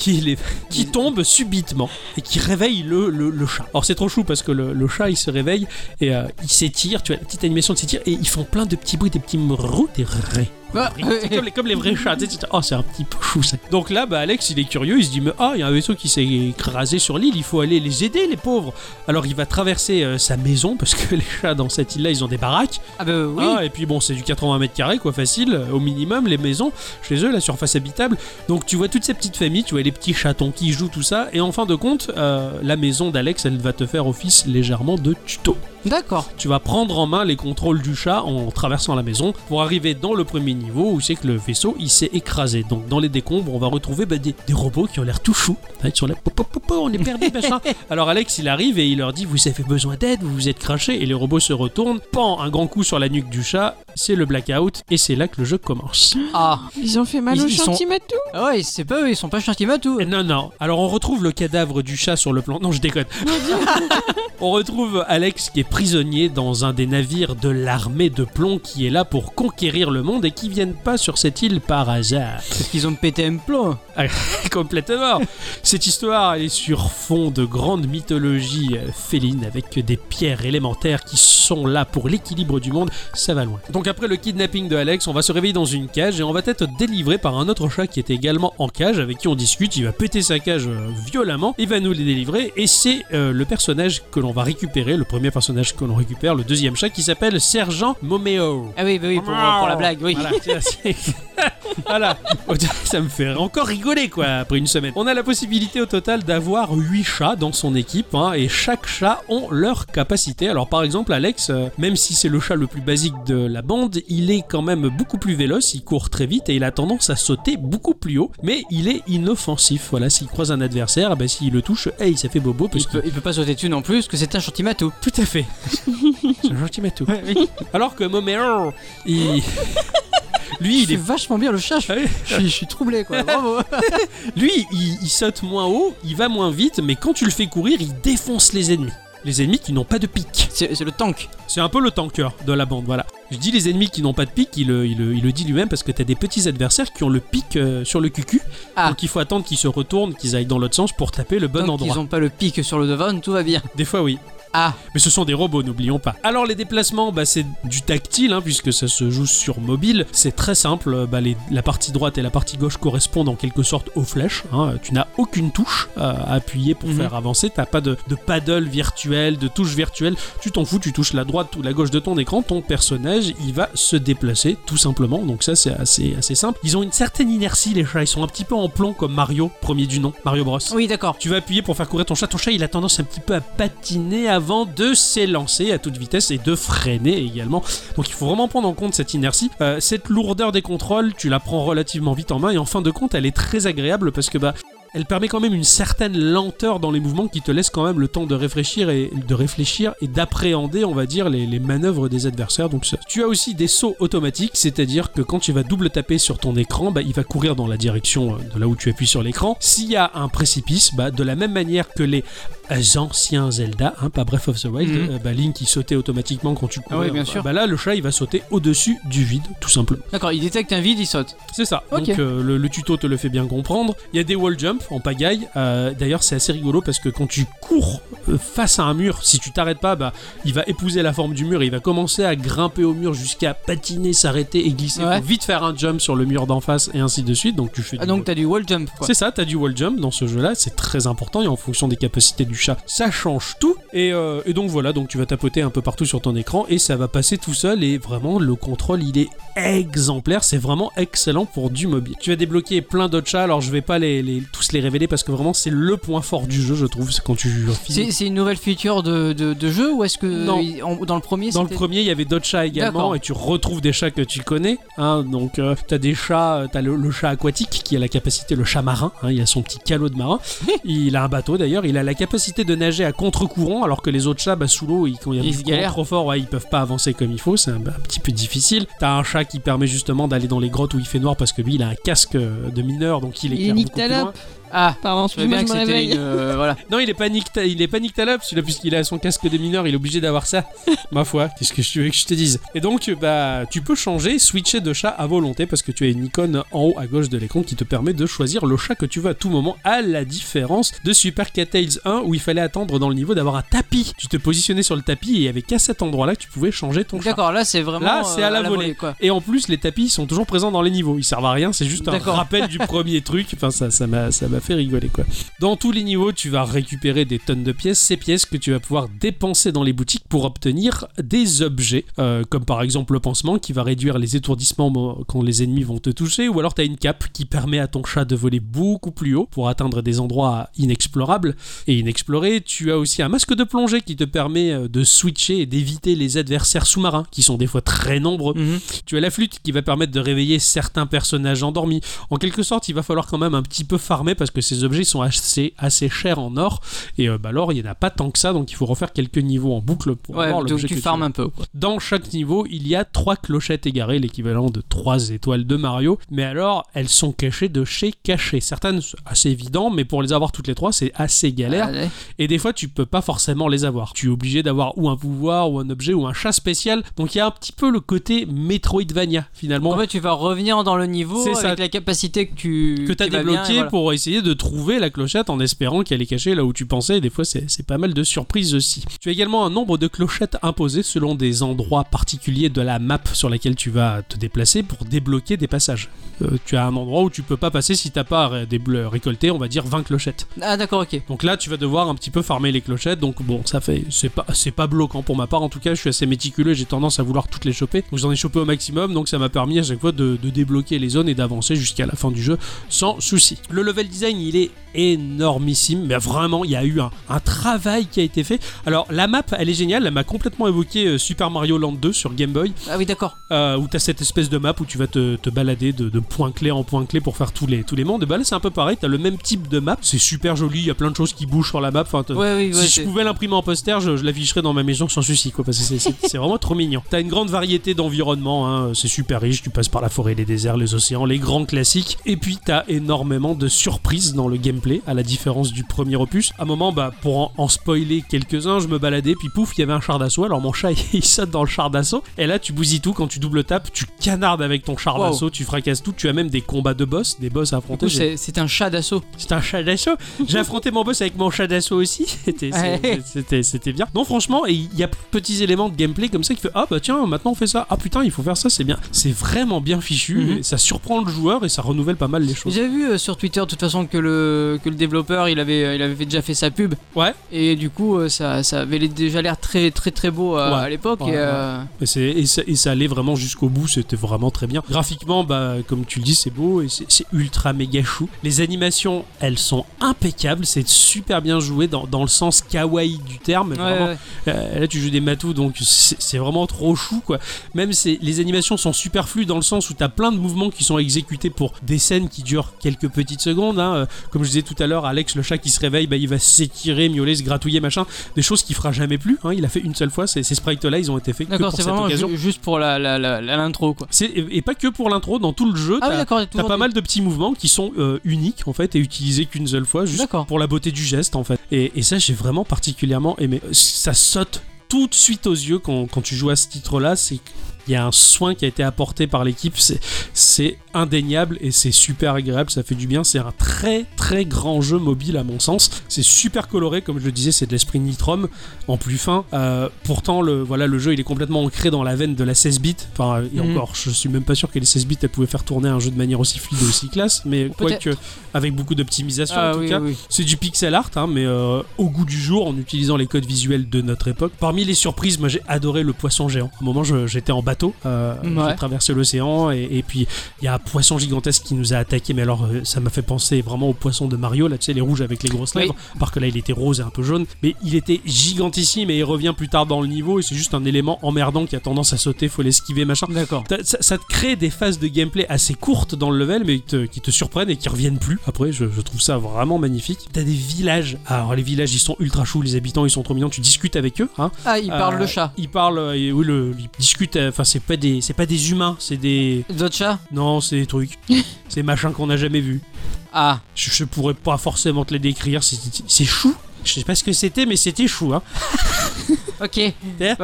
S1: qui, les, qui tombent subitement et qui réveillent le, le, le chat. Or, c'est trop chou parce que le, le chat il se réveille et euh, il s'étire, tu as la petite animation de s'étire et ils font plein de petits bruits, des petits mrrrous, des rrrrés.
S3: Ah,
S1: C'est comme, les, comme les vrais chats. tu sais, tu te dis, Oh, c'est un petit peu chou ça. Donc là, bah, Alex, il est curieux. Il se dit Mais ah, il y a un vaisseau qui s'est écrasé sur l'île. Il faut aller les aider, les pauvres. Alors il va traverser euh, sa maison parce que les chats dans cette île-là, ils ont des baraques.
S3: ah bah oui.
S1: Ah, et puis bon, c'est du 80 mètres carrés, quoi, facile, euh, au minimum, les maisons, chez eux, la surface habitable. Donc tu vois toutes ces petites familles, tu vois les petits chatons qui jouent, tout ça, et en fin de compte, euh, la maison d'Alex, elle va te faire office légèrement de tuto.
S3: D'accord.
S1: Tu vas prendre en main les contrôles du chat en traversant la maison pour arriver dans le premier niveau où c'est que le vaisseau il s'est écrasé. Donc dans les décombres, on va retrouver bah, des, des robots qui ont l'air tout choux. Ils sont là, pop, pop, pop, pop, on est perdu, machin. Alors Alex il arrive et il leur dit Vous avez besoin d'aide, vous vous êtes craché. Et les robots se retournent, pan, un grand coup sur la nuque du chat. C'est le blackout et c'est là que le jeu commence.
S3: Ah.
S2: Ils ont fait mal
S3: Ils-
S2: au
S3: ils sont-
S2: chantimatou.
S3: Ah ouais, c'est pas eux, ils sont pas chantimates ou.
S1: Et Eh, Non, non. Alors on retrouve le cadavre du chat sur le plan. Non, je déconne. on retrouve Alex qui est prisonnier dans un des navires de l'armée de plomb qui est là pour conquérir le monde et qui viennent pas sur cette île par hasard.
S3: Parce qu'ils ont pété un plomb.
S1: Complètement. Cette histoire elle est sur fond de grande mythologie euh, féline avec des pierres élémentaires qui sont là pour l'équilibre du monde. Ça va loin. Donc après le kidnapping de Alex, on va se réveiller dans une cage et on va être délivré par un autre chat qui est également en cage avec qui on discute. Il va péter sa cage euh, violemment, il va nous les délivrer et c'est euh, le personnage que l'on va récupérer, le premier personnage que l'on récupère, le deuxième chat qui s'appelle Sergent Momeo.
S3: Ah oui, bah oui, pour, pour la blague, oui.
S1: Voilà, c'est assez. voilà. Ça me fait encore rigoler, quoi, après une semaine. On a la possibilité au total d'avoir 8 chats dans son équipe, hein, et chaque chat ont leur capacité. Alors, par exemple, Alex, euh, même si c'est le chat le plus basique de la bande, il est quand même beaucoup plus véloce, il court très vite et il a tendance à sauter beaucoup plus haut, mais il est inoffensif. Voilà, s'il croise un adversaire, bah, s'il le touche, hey, ça fait bobo parce
S3: Il
S1: que.
S3: peut, il peut pas sauter dessus non plus, parce que c'est un chantimatou.
S1: Tout à fait. c'est un gentil matou. Alors que Momero, il. Lui, il
S3: Il est
S1: est
S3: vachement bien le chat, je,
S1: Ah oui.
S3: je suis, je suis troublé quoi, bravo.
S1: Lui, il, il saute moins haut, il va moins vite, mais quand tu le fais courir, il défonce les ennemis. Les ennemis qui n'ont pas de pique.
S3: C'est c'est le tank.
S1: C'est un peu le tanker de la bande, voilà. Je dis les ennemis qui n'ont pas de pique, il, le- il le- il le dit lui-même parce que t'as des petits adversaires qui ont le pic euh, sur le cucu.
S3: Ah.
S1: Donc il faut attendre qu'ils se retournent, qu'ils aillent dans l'autre sens pour taper le bon
S3: Tant
S1: endroit.
S3: qu'ils ont pas le pic sur le devant, tout va bien.
S1: Des fois, oui.
S3: Ah,
S1: Mais ce sont des robots, n'oublions pas. Alors les déplacements, bah, c'est du tactile, hein, puisque ça se joue sur mobile. C'est très simple, euh, bah, les- la partie droite et la partie gauche correspondent en quelque sorte aux flèches. hein. Tu n'as aucune touche euh, à appuyer pour
S3: Mhm.
S1: faire avancer. T'as pas de, de paddle virtuel, de touche virtuelle. Tu t'en fous, tu touches la droite ou la gauche de ton écran. Ton personnage, il va se déplacer tout simplement. Donc ça, c'est assez, assez simple. Ils ont une certaine inertie, les chats. Ils sont un petit peu en plomb comme Mario, premier du nom, Mario Bros.
S3: oui, d'accord.
S1: Tu vas appuyer pour faire courir ton chat. Ton chat, il a tendance un petit peu à patiner avant de s'élancer à toute vitesse et de freiner également. Donc il faut vraiment prendre en compte cette inertie. Euh, cette lourdeur des contrôles, tu la prends relativement vite en main et en fin de compte, elle est très agréable parce que bah. Elle permet quand même une certaine lenteur dans les mouvements qui te laisse quand même le temps de réfléchir et de réfléchir et d'appréhender, on va dire, les, les manœuvres des adversaires. Donc ça. tu as aussi des sauts automatiques, c'est-à-dire que quand tu vas double taper sur ton écran, bah, il va courir dans la direction euh, de là où tu appuies sur l'écran. S'il y a un précipice, bah, de la même manière que les euh, anciens Zelda, hein, pas Breath of the Wild,
S3: Mhm.
S1: euh, bah, Link il sautait automatiquement quand tu courais.
S3: Ah ouais, bien
S1: bah,
S3: sûr.
S1: bah là, le chat il va sauter au-dessus du vide, tout simplement.
S3: D'accord, il détecte un vide, il saute.
S1: C'est ça.
S3: Ok.
S1: Donc euh, le, le tuto te le fait bien comprendre. Il y a des wall jumps en pagaille. Euh, D'ailleurs, c'est assez rigolo parce que quand tu cours euh, face à un mur, si tu t'arrêtes pas, bah, il va épouser la forme du mur et il va commencer à grimper au mur jusqu'à patiner, s'arrêter et glisser
S3: Ouais.
S1: pour vite faire un jump sur le mur d'en face et ainsi de suite. Donc tu fais
S3: Ah,
S1: du
S3: donc t'as du wall jump quoi.
S1: c'est ça, t'as du wall jump dans ce jeu-là, c'est très important et en fonction des capacités du chat, ça change tout. Et, euh, et donc voilà, donc tu vas tapoter un peu partout sur ton écran et ça va passer tout seul et vraiment le contrôle il est exemplaire, c'est vraiment excellent pour du mobile. Tu vas débloquer plein d'autres chats, alors je vais pas les, les- tous les révéler parce que vraiment c'est le point fort du jeu, je trouve, c'est quand tu joues
S3: C'est c'est une nouvelle feature de, de- de jeu ou est-ce que
S1: Non.
S3: il- en- dans le premier
S1: Dans le
S3: c'était-
S1: premier, il y avait d'autres chats également,
S3: D'accord.
S1: et tu retrouves des chats que tu connais. hein, donc, euh, t'as des chats, euh, t'as le, le chat aquatique qui a la capacité, le chat marin. hein, il a son petit calot de marin. il a un bateau d'ailleurs. Il a la capacité de nager à contre-courant, alors que les autres chats, bah, sous l'eau, ils, quand il y a
S3: Ils
S1: du courant
S3: galèrent.
S1: trop fort, ouais, ils peuvent pas avancer comme il faut, c'est un, bah, un petit peu difficile. T'as un chat qui permet justement d'aller dans les grottes où il fait noir parce que lui, il a un casque euh, de mineur, donc il
S2: Il est
S1: est
S2: nyctalope.
S3: Ah,
S2: Pardon,
S3: je savais bien
S2: excuse-moi, je
S3: que
S2: me
S3: c'était
S2: réveille.
S3: une. euh, voilà.
S1: Non, il est pas nicta- il est pas nyctalope, celui-là, puisqu'il a son casque de mineur, il est obligé d'avoir ça. Ma foi, qu'est-ce que tu veux que je te dise Et donc, bah, tu peux changer, switcher de chat à volonté, parce que tu as une icône en haut à gauche de l'écran qui te permet de choisir le chat que tu veux à tout moment, à la différence de Super Cat Tales 1, où il fallait attendre dans le niveau d'avoir un tapis. Tu te positionnais sur le tapis, et il y avait qu'à cet endroit-là que tu pouvais changer ton chat.
S3: D'accord, là c'est vraiment.
S1: Là, c'est
S3: euh,
S1: à la volée.
S3: quoi.
S1: Et en plus, les tapis ils sont toujours présents dans les niveaux. Ils servent à rien, c'est juste un
S3: D'accord.
S1: rappel du premier truc. Enfin, ça, ça m'a, ça m'a fait rigoler quoi. Dans tous les niveaux, tu vas récupérer des tonnes de pièces. Ces pièces que tu vas pouvoir dépenser dans les boutiques pour obtenir des objets, Euh, comme par exemple le pansement qui va réduire les étourdissements mo- quand les ennemis vont te toucher, ou alors t'as une cape qui permet à ton chat de voler beaucoup plus haut pour atteindre des endroits inexplorables et inexploré. Tu as aussi un masque de plongée qui te permet euh, de switcher et d'éviter les adversaires sous-marins, qui sont des fois très nombreux.
S3: Mhm.
S1: Tu as la flûte qui va permettre de réveiller certains personnages endormis. En quelque sorte, il va falloir quand même un petit peu farmer parce que ces objets sont assez, assez chers en or. Et euh, bah, l'or, il n'y en a pas tant que ça, donc il faut refaire quelques niveaux en boucle pour
S3: Ouais,
S1: avoir
S3: donc
S1: l'objet
S3: tu
S1: que
S3: farmes
S1: veux.
S3: un peu. Quoi.
S1: Dans chaque niveau, il y a trois clochettes égarées, l'équivalent de trois étoiles de Mario. Mais alors, elles sont cachées de chez caché. Certaines, c'est assez évident, mais pour les avoir toutes les trois, c'est assez galère.
S3: Ah, ouais.
S1: Et des fois, tu peux pas forcément les avoir. Tu es obligé d'avoir ou un pouvoir, ou un objet, ou un chat spécial. Donc il y a un petit peu le côté Metroidvania, finalement.
S3: En fait, tu vas revenir dans le niveau
S1: C'est
S3: avec
S1: ça.
S3: la capacité que tu
S1: que t'as
S3: qui va bien,
S1: débloqué
S3: et voilà.
S1: pour essayer de trouver la clochette en espérant qu'elle est cachée là où tu pensais. Et des fois, c'est c'est pas mal de surprises aussi. Tu as également un nombre de clochettes imposées selon des endroits particuliers de la map sur laquelle tu vas te déplacer pour débloquer des passages. Euh, tu as un endroit où tu peux pas passer si t'as pas ré- dé- récolté, on va dire, 20 clochettes.
S3: Ah, d'accord, ok.
S1: Donc là, tu vas devoir un petit peu farmer les clochettes. Donc bon, ça fait, c'est pas, c'est pas bloquant pour ma part. En tout cas, je suis assez méticuleux. J'ai tendance à vouloir toutes les choper. Donc j'en ai chopé au maximum. Donc ça m'a permis à chaque fois de, de débloquer les zones et d'avancer jusqu'à la fin du jeu sans souci. Le level design, il est énormissime. Mais vraiment, il y a eu un, un travail qui a été fait. Alors la map, elle est géniale. Elle m'a complètement évoqué euh, Super Mario Land 2 sur Game Boy
S3: Ah oui, d'accord.
S1: euh, où tu as cette espèce de map où tu vas te, te balader de, de point clé en point clé pour faire tous les, tous les mondes. Et bah là, c'est un peu pareil, tu as le même type de map, c'est super joli, il y a plein de choses qui bougent sur la map. Enfin, t'as-
S3: Ouais, oui, ouais,
S1: Euh, si je
S3: c'est-
S1: pouvais l'imprimer en poster, je, je l'afficherais dans ma maison sans souci, quoi, parce que c'est- c'est c'est vraiment trop mignon. T'as une grande variété d'environnements, hein, c'est super riche, tu passes par la forêt, les déserts, les océans, les grands classiques, et puis t'as énormément de surprises dans le gameplay, à la différence du premier opus. À un moment, bah, pour en, en spoiler quelques-uns, je me baladais, puis pouf, il y avait un char d'assaut, alors mon chat, il saute dans le char d'assaut, et là, tu bousilles tout, quand tu double tapes, tu canardes avec ton char
S3: Wow.
S1: d'assaut, tu fracasses tout, tu as même des combats de boss, des boss à
S3: Du
S1: affronter.
S3: coup, c'est c'est un chat d'assaut.
S1: C'était un chat d'assaut. J'ai affronté mon boss avec mon chat d'assaut aussi. C'était, c'est-
S3: Ouais.
S1: c'était, c'était bien. Non, franchement, et il y a plein de petits éléments de gameplay comme ça qui fait Ah bah tiens, maintenant on fait ça. Ah putain, il faut faire ça, c'est bien. C'est vraiment bien fichu.
S3: Mhm.
S1: et ça surprend le joueur et ça renouvelle pas mal les choses.
S3: J'avais vu euh, sur Twitter de toute façon que le, que le développeur il avait, euh, il avait fait- déjà fait sa pub.
S1: Ouais.
S3: Et du coup, euh, ça, ça avait déjà l'air très très très beau euh,
S1: Ouais.
S3: à l'époque.
S1: Ouais,
S3: et,
S1: ouais.
S3: euh,
S1: Et, c'est- et ça, et ça allait vraiment jusqu'au bout, c'était vraiment très bien. Graphiquement, bah, comme tu le dis, c'est beau et c'est c'est ultra méga chou. Les animations, elles sont impeccables, c'est super bien joué dans, dans le sens kawaii du terme.
S3: ouais,
S1: vraiment,
S3: ouais.
S1: Euh, là, tu joues des matous, donc c'est c'est vraiment trop chou, quoi. Même c'est- les animations sont superflues dans le sens où t'as plein de mouvements qui sont exécutés pour des scènes qui durent quelques petites secondes. hein. Euh, Comme je disais tout à l'heure, Alex, le chat qui se réveille, bah, il va s'étirer, miauler, se gratouiller, machin. Des choses qu'il fera jamais plus. hein. Il a fait une seule fois. Ces, ces sprites-là, ils ont été faits que
S3: D'accord,
S1: pour
S3: c'est
S1: cette
S3: vraiment
S1: occasion.
S3: ju- juste pour l'intro la, la, la- l'intro, quoi.
S1: C'est- Et et pas que pour l'intro, dans tout le jeu,
S3: Ah oui,
S1: t'as-
S3: d'accord,
S1: T'as pas mal de petits mouvements qui sont euh, uniques en fait et utilisés qu'une seule fois juste
S3: D'accord.
S1: pour la beauté du geste en fait. Et, et ça j'ai vraiment particulièrement aimé. Euh, Ça saute tout de suite aux yeux quand, quand tu joues à ce titre là. C'est il y a un soin qui a été apporté par l'équipe. C'est c'est indéniable et c'est super agréable. Ça fait du bien. C'est un très très grand jeu mobile à mon sens. C'est super coloré comme je le disais. C'est de l'esprit Nitrom en plus fin. Euh, pourtant, le, voilà, le jeu il est complètement ancré dans la veine de la 16 bits. Enfin, euh, et
S3: Mhm.
S1: encore, je suis même pas sûr que les 16 bits elles pouvaient faire tourner un jeu de manière aussi fluide et aussi classe, mais
S3: Peut-être.
S1: quoique avec beaucoup d'optimisation
S3: Ah
S1: en tout
S3: oui,
S1: cas.
S3: oui.
S1: C'est du pixel art, hein, mais euh, au goût du jour, en utilisant les codes visuels de notre époque. Parmi les surprises, moi j'ai adoré le poisson géant. À un moment, je- j'étais en bateau bateau euh, qui
S3: Ouais.
S1: traversait l'océan. Et, et puis, il y a un poisson gigantesque qui nous a attaqué. Mais alors, euh, ça m'a fait penser vraiment au poisson de Mario. Là, tu sais, les rouges avec les grosses
S3: Oui.
S1: lèvres. Parce que là, il était rose et un peu jaune. Mais il était gigantissime et il revient plus tard dans le niveau. Et c'est juste un élément emmerdant qui a tendance à sauter. Faut l'esquiver, machin.
S3: D'accord.
S1: T'as- Ça, ça te crée des phases de gameplay assez courtes dans le level, mais qui te, qui te surprennent et qui reviennent plus. Après, je, je trouve ça vraiment magnifique. T'as des villages. Alors, les villages, ils sont ultra chou, les habitants, ils sont trop mignons. Tu discutes avec eux. Hein.
S3: Ah, il parle
S1: Euh,
S3: le chat.
S1: Ils parlent, euh, et oui, le, ils discutent. euh, Enfin, c'est pas des, c'est pas des humains, c'est des,
S3: D'autres chats
S1: non, c'est des trucs, c'est machin qu'on n'a jamais vu.
S3: Ah,
S1: Je, je pourrais pas forcément te les décrire. C'est, c'est- c'est chou. Je sais pas ce que c'était, mais c'était chou. Hein.
S3: ok. Ouais,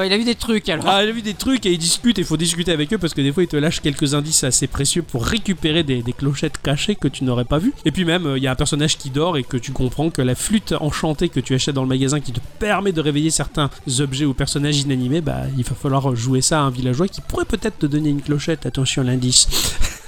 S3: il a vu des trucs alors.
S1: Ah, j'ai vu des trucs et ils discutent, il faut discuter avec eux parce que des fois ils te lâchent quelques indices assez précieux pour récupérer des, des clochettes cachées que tu n'aurais pas vues. Et puis même, euh, il y a un personnage qui dort et que tu comprends que la flûte enchantée que tu achètes dans le magasin qui te permet de réveiller certains objets ou personnages inanimés, bah il va falloir jouer ça à un villageois qui pourrait peut-être te donner une clochette, attention l'indice.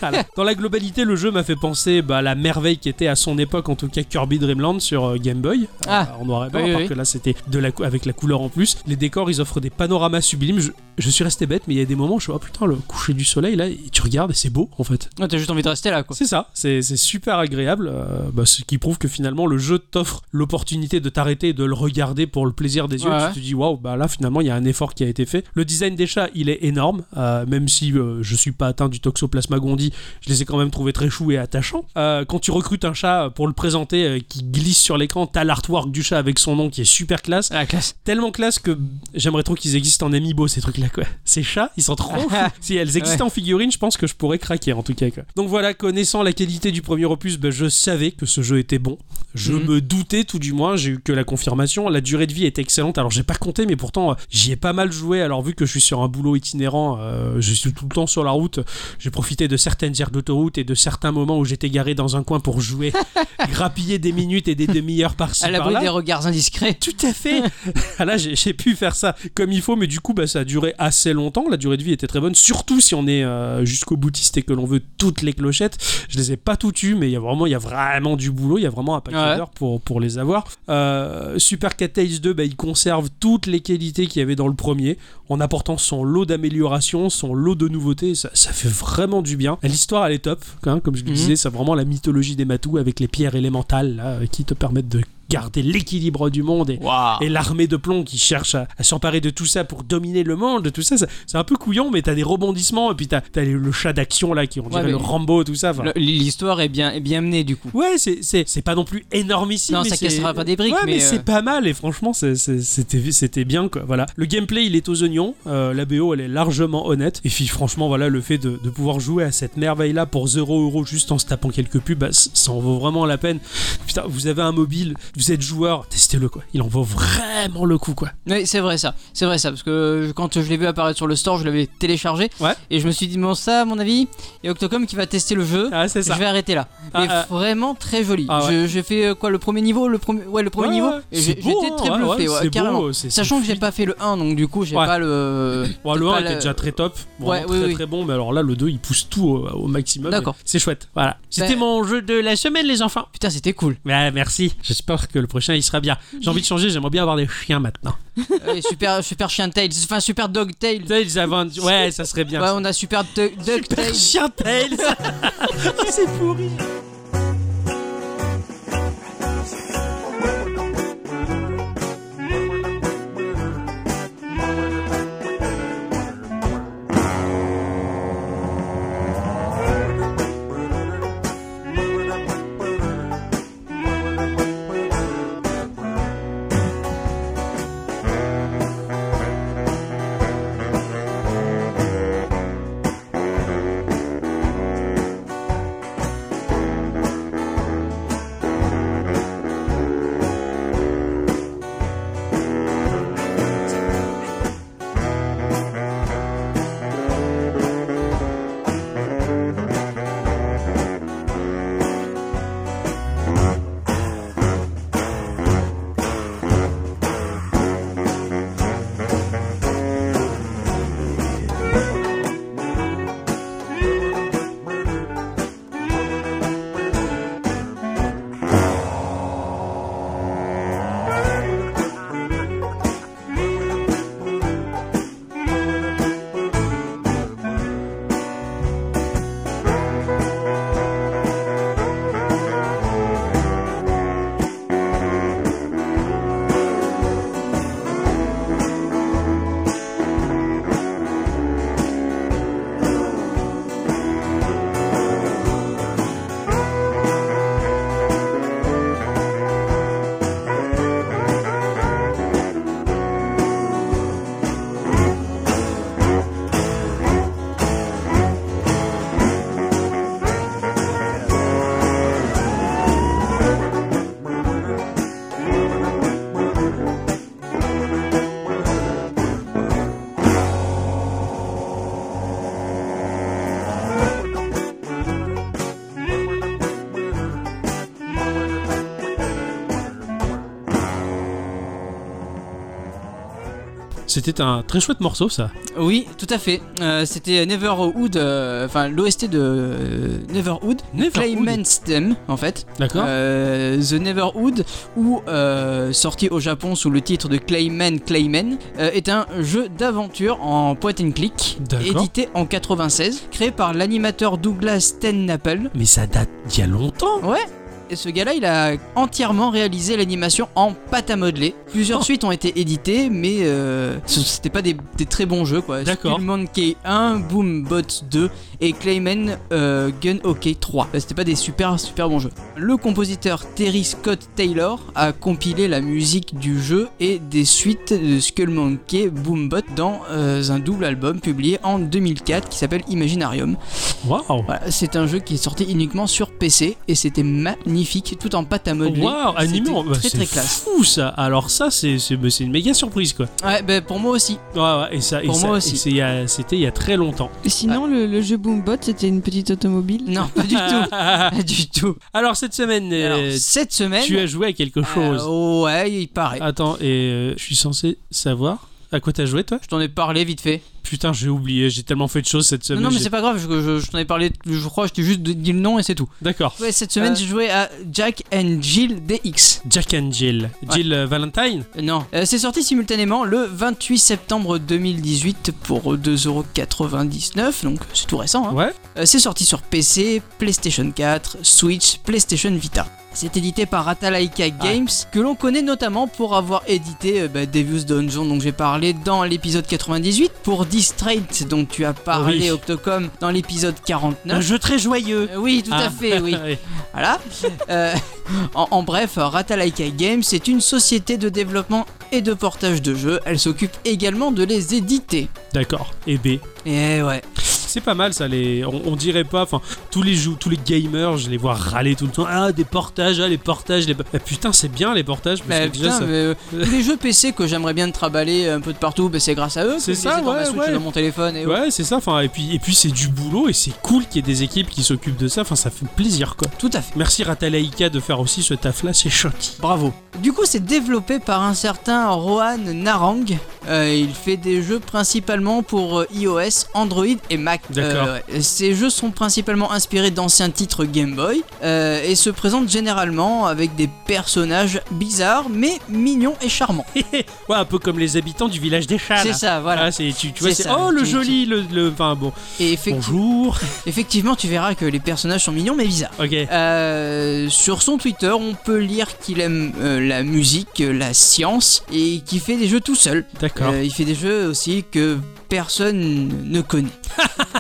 S1: Voilà. Dans la globalité, le jeu m'a fait penser bah, à la merveille qui était à son époque, en tout cas Kirby Dreamland sur euh, Game Boy, euh,
S3: Ah.
S1: en noir et blanc,
S3: Oui,
S1: à part
S3: oui.
S1: que là c'était de la cou- avec la couleur en plus. Les décors, ils offrent des panoramas sublimes. Je, je suis resté bête, mais il y a des moments, où je suis oh putain, le coucher du soleil là, et tu regardes et c'est beau en fait.
S3: Ouais, T'as juste envie de rester là quoi.
S1: C'est ça, c'est c'est super agréable, euh, bah, ce qui prouve que finalement le jeu t'offre l'opportunité de t'arrêter et de le regarder pour le plaisir des yeux.
S3: Ouais.
S1: Tu te dis waouh, bah là finalement il y a un effort qui a été fait. Le design des chats, il est énorme, euh, même si euh, je suis pas atteint du Toxoplasma gondii, je les ai quand même trouvés très choux et attachants. Euh, quand tu recrutes un chat pour le présenter euh, qui glisse sur l'écran, t'as l'artwork du chat avec son nom qui est super classe,
S3: Ah, classe.
S1: tellement classe que j'aimerais trop qu'ils existent en amiibo ces trucs là quoi. Ces chats, ils sont trop si elles existaient en figurine, je pense que je pourrais craquer en tout cas. quoi. Donc voilà, connaissant la qualité du premier opus, ben, je savais que ce jeu était bon. Je
S3: Mhm.
S1: me doutais tout du moins, j'ai eu que la confirmation. La durée de vie est excellente, alors j'ai pas compté, mais pourtant euh, j'y ai pas mal joué. Alors vu que je suis sur un boulot itinérant, euh, je suis tout le temps sur la route, j'ai profité de certaines aires d'autoroute et de certains moments où j'étais garé dans un coin pour jouer, grappiller des minutes et des demi-heures par-ci
S3: À l'abri
S1: par-là.
S3: des regards indiscrets.
S1: Tout à fait. Ah là, j'ai j'ai pu faire ça comme il faut, mais du coup, bah, ça a duré assez longtemps. La durée de vie était très bonne, surtout si on est euh, jusqu'au boutiste et que l'on veut toutes les clochettes. Je les ai pas toutes eues, mais il y a vraiment, il y a vraiment du boulot. Il y a vraiment un paquet
S3: Ouais.
S1: d'heures pour pour les avoir. Euh, Super Cat Tales 2, bah, il conserve toutes les qualités qu'il y avait dans le premier, en apportant son lot d'améliorations, son lot de nouveautés. Ça, ça fait vraiment du bien. L'histoire, elle est top, hein, comme je le
S3: Mhm.
S1: disais. C'est vraiment la mythologie des matous avec les pierres élémentales là, qui te permettent de garder l'équilibre du monde et,
S3: Waouh.
S1: et l'armée de plomb qui cherche à, à s'emparer de tout ça pour dominer le monde, de tout ça, ça- c'est un peu couillon, mais t'as des rebondissements, et puis t'as t'as les- le chat d'action là, qui on dirait
S3: mais-
S1: le Rambo, tout ça. enfin.
S3: Le- L'histoire est bien, est bien menée du coup.
S1: Ouais, c'est- c'est c'est pas non plus énormissime.
S3: Non,
S1: mais
S3: ça
S1: c'est-
S3: cassera pas des briques,
S1: Ouais, mais,
S3: mais, euh,
S1: c'est pas mal, et franchement, c'est- c'est- c'était c'était bien, quoi. Voilà. Le gameplay, il est aux oignons, euh, la BO, elle est largement honnête, et puis franchement, voilà, le fait de, de pouvoir jouer à cette merveille-là pour 0€ euro juste en se tapant quelques pubs, bah, c- ça en vaut vraiment la peine. Putain, vous avez un mobile, vous êtes joueur, testez-le, quoi. Il en vaut vraiment le coup, quoi.
S3: Oui, c'est vrai ça. C'est vrai ça. Parce que je- quand je l'ai vu apparaître sur le store, je l'avais téléchargé.
S1: Ouais.
S3: Et je me suis dit, bon, ça, à mon avis, il y a Octocom qui va tester le jeu.
S1: Ah, c'est ça.
S3: Je vais arrêter là.
S1: Ah,
S3: mais
S1: ah.
S3: vraiment très joli.
S1: Ah ouais.
S3: Je- J'ai fait euh, quoi le premier niveau, le premier, ouais le premier
S1: Ouais,
S3: niveau.
S1: ouais.
S3: Et
S1: C'est
S3: j'ai-
S1: beau,
S3: J'étais
S1: hein,
S3: très
S1: ouais,
S3: bluffé,
S1: ouais,
S3: ouais,
S1: c'est
S3: carrément.
S1: beau, c'est-
S3: Sachant
S1: c'est
S3: que j'ai
S1: fluide.
S3: pas fait le 1, donc du coup j'ai
S1: Ouais.
S3: pas le.
S1: Bon, le
S3: peut-être
S1: 1
S3: pas
S1: était
S3: le-
S1: déjà très top, vraiment
S3: oui,
S1: très
S3: oui.
S1: très bon, mais alors là, le 2, il pousse tout au, au maximum.
S3: D'accord.
S1: C'est chouette, voilà. C'était
S3: Ben-
S1: mon jeu de la semaine, les enfants.
S3: Putain, c'était cool.
S1: Ouais, Bah, merci. J'espère que le prochain, il sera bien. J'ai envie de changer, j'aimerais bien avoir des chiens maintenant.
S3: Ouais, super, super chien tail, enfin super dog tail.
S1: Tails avant... Ouais, ça serait bien.
S3: Ouais, on a super du- dog tail.
S1: Chien Tails Oh, C'est pourri C'était un très chouette morceau, ça.
S3: Oui, tout à fait. Euh, c'était Neverhood, euh, enfin l'OST de euh, Neverhood,
S1: Neverhood.
S3: Clayman's Theme en fait.
S1: D'accord
S3: Euh, The Neverhood, ou euh, sorti au Japon sous le titre de Clayman Clayman, euh, est un jeu d'aventure en point and click,
S1: D'accord.
S3: édité en 96, créé par l'animateur Douglas Tennaple.
S1: Mais ça date d'il y a longtemps.
S3: Ouais et ce gars-là, il a entièrement réalisé l'animation en pâte à modeler. Plusieurs
S1: Oh.
S3: suites ont été éditées, mais euh, ce- c'était pas des, des très bons jeux, quoi.
S1: D'accord.
S3: Skull Monkey 1, Boom Bots 2 et Clayman euh, Gun Hockey 3. Euh, C'était pas des super super bons jeux. Le compositeur Terry Scott Taylor a compilé la musique du jeu et des suites de Skull Monkey Boom Bot dans euh, un double album publié en 2004 qui s'appelle Imaginarium.
S1: Waouh
S3: Voilà, c'est un jeu qui est sorti uniquement sur PC et c'était magnifique, tout en pâte à modeler.
S1: Waouh, animé,
S3: C'était
S1: en- bah,
S3: très
S1: c'est
S3: très classe.
S1: fou ça. Alors ça, c'est c'est- mais c'est une méga surprise quoi.
S3: Ouais, bah, pour moi aussi.
S1: Ouais, ouais, et ça, et
S3: Pour
S1: ça-
S3: moi
S1: et
S3: aussi.
S1: c'est il y a- c'était il y a très longtemps.
S2: Sinon,
S3: Ah.
S2: le, le jeu Boombot, c'était une petite automobile.
S3: Non, pas du tout. Pas du tout.
S1: Alors cette semaine, euh,
S3: Alors, cette semaine.
S1: tu as joué à quelque chose.
S3: euh, ouais, il paraît.
S1: Attends, et euh, je suis censé savoir à quoi t'as joué toi
S3: Je t'en ai parlé vite fait.
S1: Putain, j'ai oublié. J'ai tellement fait de choses cette
S3: Non,
S1: semaine.
S3: non, mais
S1: j'ai-
S3: c'est pas grave, je, je- je t'en ai parlé, je crois, je t'ai juste dit le nom et c'est tout.
S1: D'accord.
S3: Ouais, cette semaine,
S2: Euh.
S3: j'ai joué à Jack and Jill DX.
S1: Jack and Jill.
S3: Ouais.
S1: Jill euh, Valentine
S3: Euh, Non, Euh, c'est sorti simultanément le 28 septembre 2018 pour 2,99€, donc c'est tout récent. hein.
S1: Ouais.
S3: Euh, C'est sorti sur PC, PlayStation 4, Switch, PlayStation Vita. C'est édité par Atalaika Games, que l'on connaît notamment pour avoir édité euh, bah, Devious Dungeon, dont j'ai parlé dans l'épisode 98, pour Distraint, dont tu as parlé
S1: Oui.
S3: Octocom dans l'épisode 49.
S1: jeu très joyeux.
S3: Euh, oui, tout
S1: Ah.
S3: à fait, oui. Voilà. Euh, en, en bref, Ratalaika Games est une société de développement et de portage de jeux. Elle s'occupe également de les éditer.
S1: D'accord. Et B.
S3: Et ouais.
S1: C'est pas mal ça, les... on, on dirait pas, enfin, tous les jou- tous les gamers, je les vois râler tout le temps, ah des portages, ah les portages, les... Ah, putain c'est bien les portages, parce
S3: Bah,
S1: que déjà,
S3: putain,
S1: ça-
S3: mais, euh, tous les jeux PC que j'aimerais bien traballer un peu de partout, bah, c'est grâce à eux. que
S1: C'est
S3: je les ai
S1: ça,
S3: dans ma
S1: ouais,
S3: Switch,
S1: ouais.
S3: dans mon téléphone. Et
S1: Ouais c'est ça, enfin, et puis, et puis c'est du boulot et c'est cool qu'il y ait des équipes qui s'occupent de ça, enfin ça fait plaisir quoi.
S3: Tout à fait.
S1: Merci Ratalaika de faire aussi ce taf là, c'est chouette.
S3: Bravo. Du coup, c'est développé par un certain Rohan Narang. Euh, il fait des jeux principalement pour euh, iOS, Android et Mac.
S1: D'accord.
S3: Euh, ouais. ces jeux sont principalement inspirés d'anciens titres Game Boy euh, et se présentent généralement avec des personnages bizarres mais mignons et charmants.
S1: Ouais un peu comme les habitants du village des chats.
S3: C'est
S1: là.
S3: ça, voilà.
S1: Ah, c'est, tu, tu vois,
S3: C'est
S1: c'est,
S3: ça,
S1: oh le
S3: tu-
S1: joli, le, le- enfin bon,
S3: Et effecti-
S1: bonjour,
S3: effectivement, tu verras que les personnages sont mignons mais bizarres.
S1: ok,
S3: Euh, sur son Twitter, on peut lire qu'il aime euh, la musique, euh, la science et qu'il fait des jeux tout seul.
S1: d'accord.
S3: Euh, il fait des jeux aussi que personne ne connaît.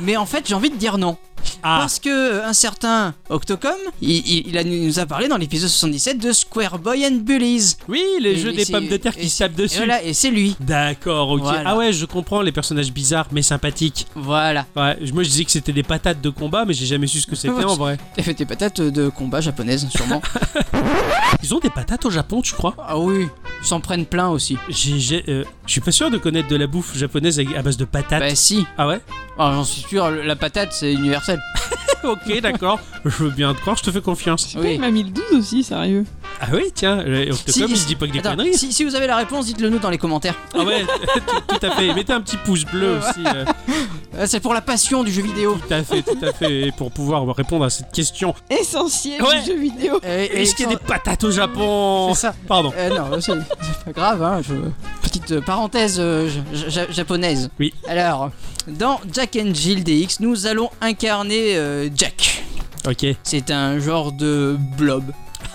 S3: Mais en fait, j'ai envie de dire non.
S1: ah,
S3: Parce que euh, un certain Octocom, il, il- il a- il nous a parlé dans l'épisode 77 de Square Boy and Bullies.
S1: oui les
S3: et-
S1: jeux
S3: et
S1: des
S3: c'est-
S1: pommes de terre qui
S3: et
S1: se tapent
S3: Et
S1: dessus.
S3: voilà, et c'est lui.
S1: D'accord, ok.
S3: Voilà.
S1: Ah ouais, je comprends les personnages bizarres mais sympathiques.
S3: Voilà.
S1: Ouais, je- moi je disais que c'était des patates de combat, mais j'ai jamais su ce que c'était en vrai.
S3: T'as fait tes patates de combat japonaises, sûrement.
S1: Ils ont des patates au Japon, tu crois
S3: ah oui, ils s'en prennent plein aussi.
S1: J'ai, j'ai- euh, je suis pas sûr de connaître de la bouffe japonaise avec- à base de patates.
S3: Bah si.
S1: Ah ouais
S3: Alors, j'en suis sûr, le- la patate, c'est universel.
S1: Ok, d'accord. je veux bien te croire, je te fais confiance.
S2: Oui.
S3: Oui.
S2: Il m'a mis le 12 aussi, sérieux.
S1: Ah oui, tiens, le- Octocom,
S3: Si,
S1: il
S3: si-
S1: se dit pas que des
S3: Attends,
S1: conneries.
S3: si, si vous avez la réponse, dites-le nous dans les commentaires.
S1: Ah ouais, tout, tout à fait. Mettez un petit pouce bleu aussi. euh,
S3: Euh, C'est pour la passion du jeu vidéo.
S1: tout à fait, tout à fait. Et pour pouvoir répondre à cette question.
S2: Essentiel
S1: Ouais.
S2: du jeu vidéo.
S3: Et- et-
S1: Est-ce qu'il y a des patates au Japon
S3: C'est ça.
S1: Pardon.
S3: Euh, non, c'est c'est pas grave, hein, je- petite euh, parenthèse euh, ja- ja- japonaise.
S1: Oui.
S3: Alors, dans Jack and Jill DX, nous allons incarner euh, Jack.
S1: Ok.
S3: C'est un genre de blob.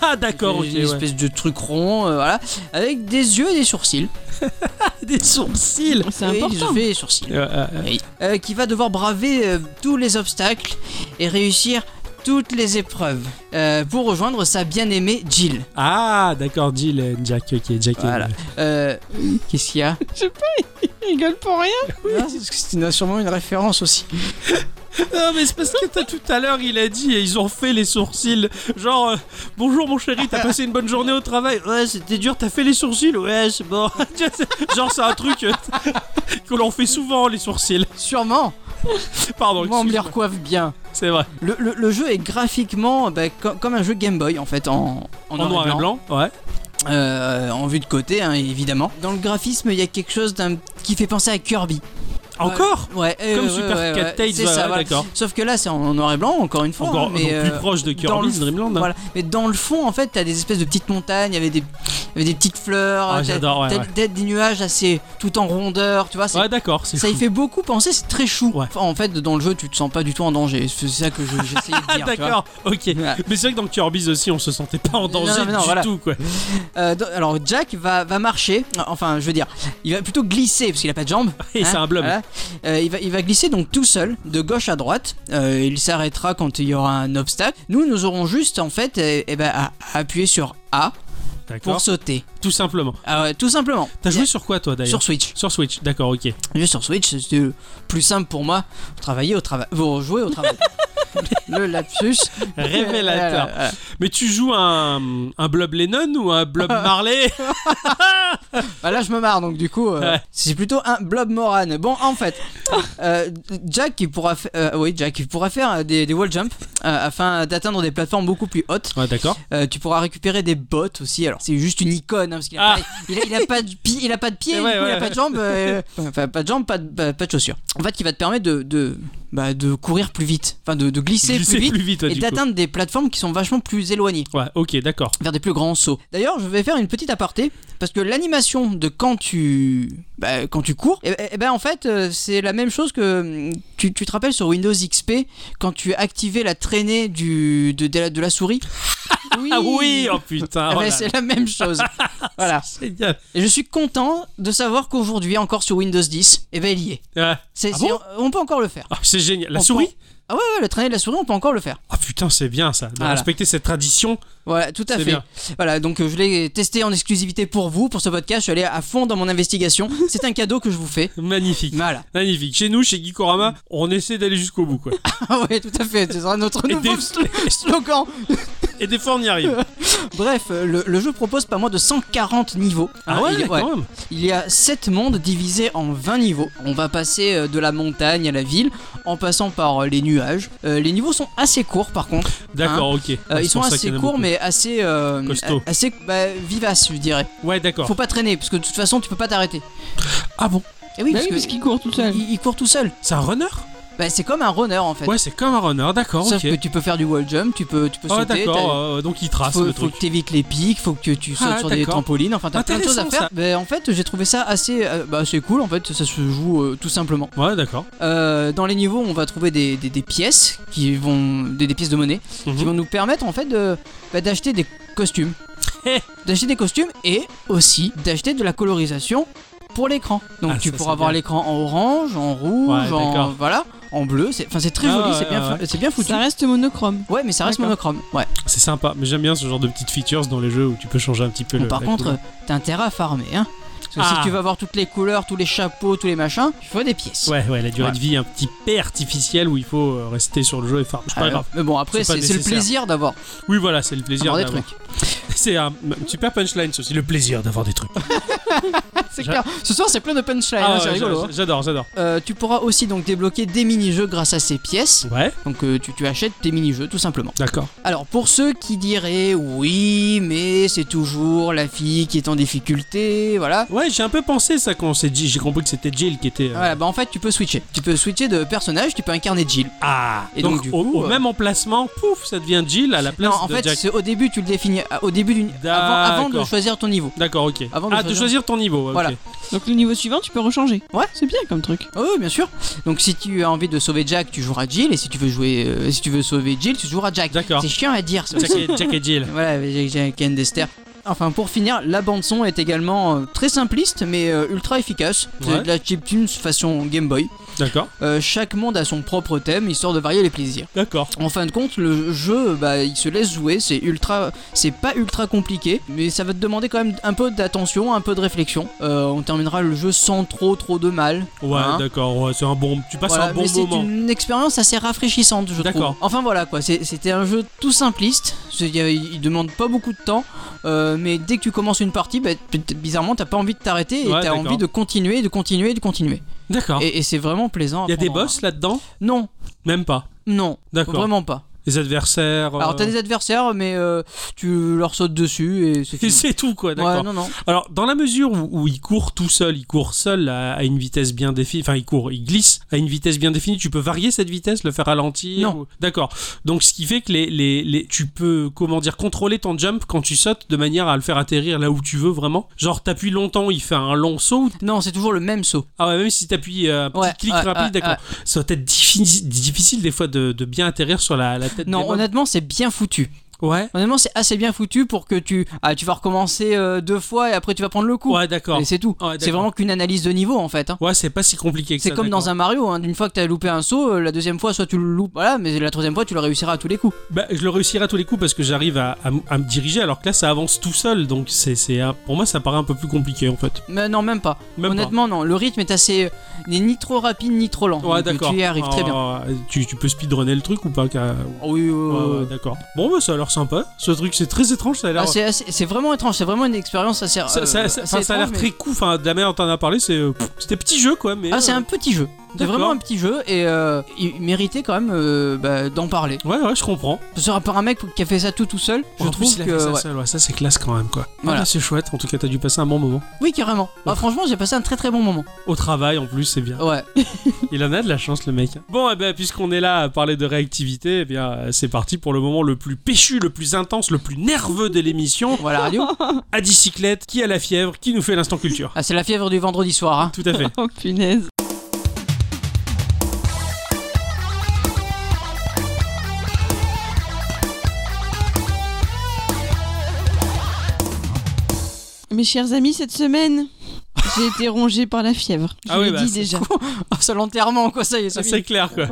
S1: Ah d'accord, ok.
S3: une
S1: ouais.
S3: espèce de truc rond, euh, voilà, avec des yeux et des sourcils.
S1: Des sourcils.
S2: C'est
S3: Oui,
S2: important.
S3: je fais des sourcils.
S1: Euh, euh, euh,
S3: Euh, qui va devoir braver euh, tous les obstacles et réussir toutes les épreuves euh, pour rejoindre sa bien-aimée Jill.
S1: Ah d'accord, Jill, euh, Jack, ok, Jack. euh,
S3: Voilà. Euh, Qu'est-ce qu'il y a
S2: Il rigole pour rien.
S3: Ah, c'est- c'est- c'est sûrement une référence aussi.
S1: Non mais c'est parce que t'as- tout à l'heure il a dit et ils ont fait les sourcils genre euh, bonjour mon chéri t'as passé une bonne journée au travail ouais Ah, c'était dur t'as fait les sourcils ouais c'est bon Tu vois, c'est- genre c'est un truc euh, que l'on fait souvent les sourcils
S3: Sûrement.
S1: pardon
S3: Moi, on me les
S1: Oh, excuse-moi.
S3: recoiffe bien.
S1: c'est vrai
S3: Le, le- le jeu est graphiquement bah, co- comme un jeu Game Boy en fait, en, en
S1: en noir et blanc ouais
S3: Euh, en vue de côté, hein, évidemment. Dans le graphisme, il y a quelque chose d'un qui fait penser à Kirby.
S1: Encore
S3: Ouais, euh,
S1: Comme
S3: ouais,
S1: Super
S3: ouais,
S1: Cat
S3: ouais,
S1: Tales,
S3: c'est ça,
S1: ouais,
S3: voilà.
S1: d'accord.
S3: Sauf que là, c'est en noir et blanc, encore une fois.
S1: Encore
S3: hein, mais,
S1: donc, plus
S3: euh,
S1: proche de
S3: dans le
S1: Kirby's Dreamland. hein.
S3: Voilà. Mais dans le fond, en fait, t'as des espèces de petites montagnes, il y avait des, il y avait des petites fleurs,
S1: Ah,
S3: t'as-
S1: j'adore, ouais,
S3: t'as
S1: ouais.
S3: t'as des nuages assez tout en rondeur, tu vois. c'est-
S1: Ouais, d'accord, c'est
S3: ça y
S1: chou.
S3: fait beaucoup penser, c'est très chou.
S1: Ouais.
S3: Enfin, en fait, dans le jeu, tu te sens pas du tout en danger. C'est ça que je- j'essayais de
S1: Ah,
S3: dire. tu vois.
S1: d'accord, ok.
S3: Ouais.
S1: Mais c'est vrai que dans Kirby's aussi, on se sentait pas en
S3: Non,
S1: danger
S3: mais non,
S1: du
S3: voilà.
S1: tout, quoi.
S3: Euh, do- alors Jack va, va marcher, enfin je veux dire, il va plutôt glisser parce qu'il a pas de jambes. hein.
S1: Et c'est un blob.
S3: voilà. Euh, il, va, il va glisser donc tout seul, de gauche à droite. Euh, il s'arrêtera quand il y aura un obstacle. Nous, nous aurons juste en fait euh, eh ben, à, à appuyer sur A
S1: D'accord.
S3: pour sauter.
S1: Tout simplement.
S3: Ah ouais, tout simplement.
S1: T'as joué sur quoi, toi, d'ailleurs
S3: sur Switch.
S1: Sur Switch, d'accord, ok.
S3: Juste sur Switch, c'était le plus simple pour moi. Travailler au travail, vous jouer au travail. le lapsus.
S1: Révélateur.
S3: Voilà, voilà.
S1: Mais tu joues un, un Blob Lennon ou un Blob Marley
S3: Bah là, je me marre, donc du coup, euh,
S1: Ouais.
S3: c'est plutôt un blob Moran. Bon, en fait, euh, Jack, il pourra, fa- euh, oui, Jack, il pourra faire euh, des, des wall jumps euh, afin d'atteindre des plateformes beaucoup plus hautes.
S1: Ouais, d'accord.
S3: Euh, tu pourras récupérer des bottes aussi. Alors, c'est juste une icône, hein, parce qu'il
S1: Ah.
S3: a, pas- il a, il a pas de pied, il a pas de pied,
S1: Eh
S3: du
S1: ouais,
S3: coup, il
S1: ouais.
S3: a pas de jambes, euh, enfin, pas de jambes, pas de, pas- pas de chaussures. En fait, qui va te permettre de, de, bah, de courir plus vite, enfin, de, de glisser,
S1: Glisser
S3: plus vite.
S1: ouais,
S3: et
S1: du coup.
S3: d'atteindre des plateformes qui sont vachement plus éloignées
S1: Ouais, ok, d'accord.
S3: faire des plus grands sauts. D'ailleurs, je vais faire une petite aparté parce que l'animation de quand tu bah, quand tu cours, eh, eh ben en fait, euh, c'est la même chose que hum, tu, tu te rappelles sur Windows XP quand tu activais la traînée du de, de la, de la souris. Oui.
S1: Ah oui, oh putain.
S3: Eh ben,
S1: oh là
S3: c'est la même chose. voilà.
S1: là, Génial.
S3: Et je suis content de savoir qu'aujourd'hui encore sur Windows 10, eh ben il y est.
S1: Ouais.
S3: C'est-
S1: Ah
S3: c'est-
S1: bon
S3: on peut encore le faire.
S1: Ah, c'est génial. La
S3: On
S1: souris
S3: Ah ouais, ouais, la traînée de la souris, on peut encore le faire.
S1: Ah putain, c'est bien ça. De
S3: Voilà.
S1: respecter cette tradition.
S3: Voilà, tout à
S1: C'est
S3: fait.
S1: bien.
S3: Voilà, donc euh, je l'ai testé en exclusivité pour vous, pour ce podcast. Je suis allé à fond dans mon investigation. C'est un cadeau que je vous fais.
S1: Magnifique.
S3: Voilà.
S1: Magnifique. Chez nous, chez Gikorama, on essaie d'aller jusqu'au bout, quoi.
S3: Ah ouais, tout à fait. C'est notre
S1: Et
S3: nouveau
S1: des-
S3: slo- slogan.
S1: Et des fois, on y arrive.
S3: Bref, euh, le, le jeu propose pas moins de 140 niveaux.
S1: Ah
S3: Alors,
S1: ouais,
S3: il, y a- ouais.
S1: quand même.
S3: Il y a 7 mondes divisés en 20 niveaux. On va passer euh, de la montagne à la ville, en passant par euh, les nuages. Euh, les niveaux sont assez courts, par contre.
S1: D'accord, ok.
S3: Euh,
S1: Ah,
S3: ils
S1: c'est
S3: sont
S1: pour ça
S3: assez
S1: qu'il y en a
S3: courts,
S1: beaucoup.
S3: mais assez euh,
S1: Costauds.
S3: a- assez bah, vivaces, je dirais.
S1: Ouais, d'accord.
S3: Faut pas traîner, parce que de toute façon, tu peux pas t'arrêter.
S1: Ah bon
S3: Et oui,
S2: Bah
S3: parce
S2: oui,
S3: que-
S2: parce qu'il court tout seul.
S3: Il, il court tout seul.
S1: C'est un runner
S3: Bah, c'est comme un runner en fait.
S1: Ouais, c'est comme un runner, d'accord,
S3: Sauf
S1: ok.
S3: que tu peux faire du wall jump, tu peux, tu peux
S1: Ah,
S3: sauter. t'as-
S1: d'accord, euh, donc il trace
S3: faut,
S1: le
S3: faut
S1: truc.
S3: que tu évites les pics, faut que tu sautes
S1: Ah,
S3: sur des
S1: d'accord.
S3: trampolines, enfin t'as plein de choses à
S1: Intéressant,
S3: faire.
S1: ça.
S3: Mais en fait, j'ai trouvé ça assez, euh, bah, assez cool en fait, ça se joue euh, tout simplement.
S1: Ouais, d'accord.
S3: Euh, dans les niveaux, on va trouver des, des- des pièces qui vont, des, des pièces de monnaie
S1: Mhm.
S3: qui vont nous permettre en fait de bah, d'acheter des costumes,
S1: Hé.
S3: d'acheter des costumes et aussi d'acheter de la colorisation pour l'écran. Donc
S1: Ah,
S3: tu
S1: ça,
S3: pourras
S1: c'est
S3: avoir
S1: bien.
S3: l'écran en orange, en rouge,
S1: Ouais,
S3: en
S1: d'accord.
S3: voilà, en bleu. C'est enfin c'est très
S1: Ah,
S3: joli,
S1: ouais,
S3: c'est bien,
S1: ouais,
S3: fa- c'est bien foutu.
S2: Ça reste monochrome.
S3: Ouais, mais ça reste
S2: D'accord.
S3: monochrome. Ouais.
S1: C'est sympa, mais j'aime bien ce genre de petites features dans les jeux où tu peux changer un petit peu
S3: Bon,
S1: le.
S3: par
S1: la
S3: contre,
S1: couleur.
S3: euh, t'as intérêt à farmer, hein. Parce que
S1: Ah.
S3: si tu veux avoir toutes les couleurs, tous les chapeaux, tous les machins, il faut des pièces.
S1: Ouais, ouais, la durée
S3: euh, Ouais.
S1: de vie un petit peu artificielle où il faut euh, rester sur le jeu et faire. C'est pas
S3: Alors,
S1: grave.
S3: Euh, mais bon, après,
S1: C'est pas
S3: c'est c'est le
S1: nécessaire.
S3: plaisir d'avoir
S1: Oui, voilà, c'est le plaisir
S3: d'avoir des
S1: d'avoir.
S3: trucs.
S1: C'est un un super punchline, ceci, le plaisir d'avoir des trucs.
S3: C'est
S1: J'a-
S3: clair. Ce soir, c'est plein de punchlines,
S1: Ah
S3: hein,
S1: ouais,
S3: c'est
S1: j'a-
S3: rigolo. hein.
S1: J'adore, j'adore.
S3: Euh, tu pourras aussi donc débloquer des mini-jeux grâce à ces pièces.
S1: Ouais,
S3: Donc euh, tu, tu achètes tes mini-jeux tout simplement.
S1: d'accord.
S3: Alors pour ceux qui diraient oui, mais c'est toujours la fille qui est en difficulté, voilà.
S1: Ouais, j'ai un peu pensé ça quand on s'est dit. J'ai compris que c'était Jill qui était. euh,
S3: Voilà, bah en fait tu peux switcher. Tu peux switcher de personnage, tu peux incarner Jill.
S1: Ah
S3: Et
S1: donc,
S3: donc, du
S1: au,
S3: coup,
S1: au
S3: euh,
S1: même emplacement, pouf, ça devient Jill à la place
S3: non, en
S1: de
S3: fait,
S1: Jack.
S3: c'est au début tu le définis à- au début d'une avant, avant de
S1: D'accord.
S3: choisir ton niveau.
S1: D'accord, ok.
S3: Avant de
S1: ah, de
S3: choisir-
S1: choisir ton niveau. ok.
S3: Voilà.
S2: Donc le niveau suivant, tu peux rechanger.
S3: Ouais.
S2: C'est bien comme truc.
S3: Ah oui, bien sûr. Donc si tu as envie de sauver Jack, tu joueras Jill et si tu veux jouer euh, si tu veux sauver Jill, tu joueras Jack.
S1: D'accord.
S3: C'est chiant à dire. ça
S1: Jack et, Jack et Jill.
S3: Voilà, j'ai- j'ai Ken Dester. Enfin, pour finir, la bande-son est également euh, très simpliste mais euh, ultra efficace. C'est
S1: Ouais.
S3: de la chiptune façon Game Boy.
S1: D'accord,
S3: Euh, chaque monde a son propre thème histoire de varier les plaisirs.
S1: d'accord.
S3: En fin de compte, le jeu, bah, il se laisse jouer. C'est ultra, c'est pas ultra compliqué, mais ça va te demander quand même un peu d'attention, un peu de réflexion. Euh, on terminera le jeu sans trop, trop de mal.
S1: Ouais,
S3: Hein.
S1: d'accord. ouais, c'est un bon. Tu passes
S3: Voilà,
S1: un bon
S3: mais
S1: moment.
S3: c'est une expérience assez rafraîchissante, je trouve.
S1: D'accord.
S3: Enfin voilà quoi, c'est- c'était un jeu tout simpliste, c'est- il y a- il demande pas beaucoup de temps, euh, mais dès que tu commences une partie, bah, peut-être bizarrement t'as pas envie de t'arrêter et
S1: Ouais,
S3: t'as
S1: d'accord.
S3: envie de continuer, de continuer, de continuer.
S1: D'accord.
S3: Et, et c'est vraiment plaisant. à
S1: Il y a des
S3: prendre en main.
S1: boss là-dedans
S3: Non,
S1: Même pas.
S3: non,
S1: D'accord.
S3: vraiment pas.
S1: Les adversaires.
S3: Alors t'as
S1: euh,
S3: des adversaires, mais euh, tu leur sautes dessus et c'est
S1: et
S3: fini.
S1: c'est tout, quoi, d'accord.
S3: Ouais, non, non.
S1: Alors, dans la mesure où, où il court tout seul, il court seul à, à une vitesse bien définie, enfin, il court, il glisse à une vitesse bien définie, tu peux varier cette vitesse, le faire ralentir
S3: Non.
S1: ou- D'accord. Donc, ce qui fait que les, les, les- tu peux, comment dire, contrôler ton jump quand tu sautes de manière à le faire atterrir là où tu veux vraiment. Genre, t'appuies longtemps, il fait un long saut.
S3: Non, c'est toujours le même saut.
S1: Ah ouais, même si t'appuies euh, un petit
S3: Ouais,
S1: clic
S3: ouais,
S1: rapide,
S3: ouais,
S1: d'accord. Ça doit être difficile, difficile des fois de, de bien atterrir sur la, la tête
S3: Non,
S1: des mobs.
S3: honnêtement, c'est bien foutu.
S1: Ouais.
S3: Honnêtement, c'est assez bien foutu pour que tu. Ah, tu vas recommencer euh, deux fois et après tu vas prendre le coup.
S1: Ouais, d'accord. Ah
S3: Et c'est tout.
S1: Ouais,
S3: c'est
S1: d'accord.
S3: vraiment qu'une analyse de niveau en fait. hein.
S1: Ouais, c'est pas si compliqué que ça.
S3: C'est comme
S1: d'accord.
S3: dans un Mario, hein. d'une fois que t'as loupé un saut, euh, la deuxième fois soit tu le loupes, voilà, mais la troisième fois tu le réussiras à tous les coups.
S1: Bah, je le réussirai à tous les coups parce que j'arrive à, à m- à me diriger alors que là ça avance tout seul donc c'est c'est un- pour moi ça paraît un peu plus compliqué en fait.
S3: Mais non, même pas.
S1: Même
S3: Honnêtement, non, le rythme est assez. euh, n'est ni trop rapide ni trop lent.
S1: pas. Ouais,
S3: Donc,
S1: d'accord.
S3: tu y arrives très bien.
S1: Ah, tu, tu peux speedrunner le truc ou pas car-
S3: Oui, oui, oui,
S1: Ouais,
S3: oui.
S1: ouais, d'accord. Bon, bah, ça a l'air sympa. Ce truc, c'est très étrange. Ça a l'air.
S3: Ah, c'est assez- c'est vraiment étrange, c'est vraiment une expérience assez.
S1: ça,
S3: euh,
S1: ça- ça-
S3: assez
S1: enfin, ça a l'air
S3: étrange, mais-
S1: très cool. Enfin, de la manière dont t'en as parlé, c'est euh, pff, c'était petit jeu quoi. Mais
S3: Ah, c'est
S1: euh,
S3: un petit jeu. C'est
S1: D'accord.
S3: vraiment un petit jeu et euh, il méritait quand même euh, bah, d'en parler.
S1: Ouais, ouais, je comprends.
S3: Ce sera par un mec qui a fait ça tout tout seul, je
S1: En
S3: trouve
S1: plus, il a
S3: que.
S1: fait ça,
S3: ouais.
S1: seul, ouais, ça, c'est classe quand même quoi.
S3: Voilà.
S1: Ah, c'est chouette. En tout cas, t'as dû passer un bon moment.
S3: Oui, carrément. Bah, franchement, j'ai passé un très très bon moment.
S1: Au travail en plus, c'est bien.
S3: Ouais.
S1: Il en a de la chance, le mec. Bon, eh ben, puisqu'on est là à parler de réactivité, eh bien, euh, c'est parti pour le moment le plus péchu, le plus intense, le plus nerveux de l'émission.
S3: Voilà, radio.
S1: À bicyclette, qui a la fièvre, qui nous fait l'instant culture.
S3: Ah, c'est la fièvre du vendredi soir. Hein.
S1: Tout à fait.
S2: Oh punaise. Mes chers amis, cette semaine, j'ai été rongée par la fièvre. Je
S1: Ah oui,
S2: l'ai
S1: bah,
S2: dit
S1: c'est
S2: déjà.
S3: Ah, c'est l'enterrement, quoi, ça y est,
S1: Ça,
S3: c'est
S1: c'est clair, quoi.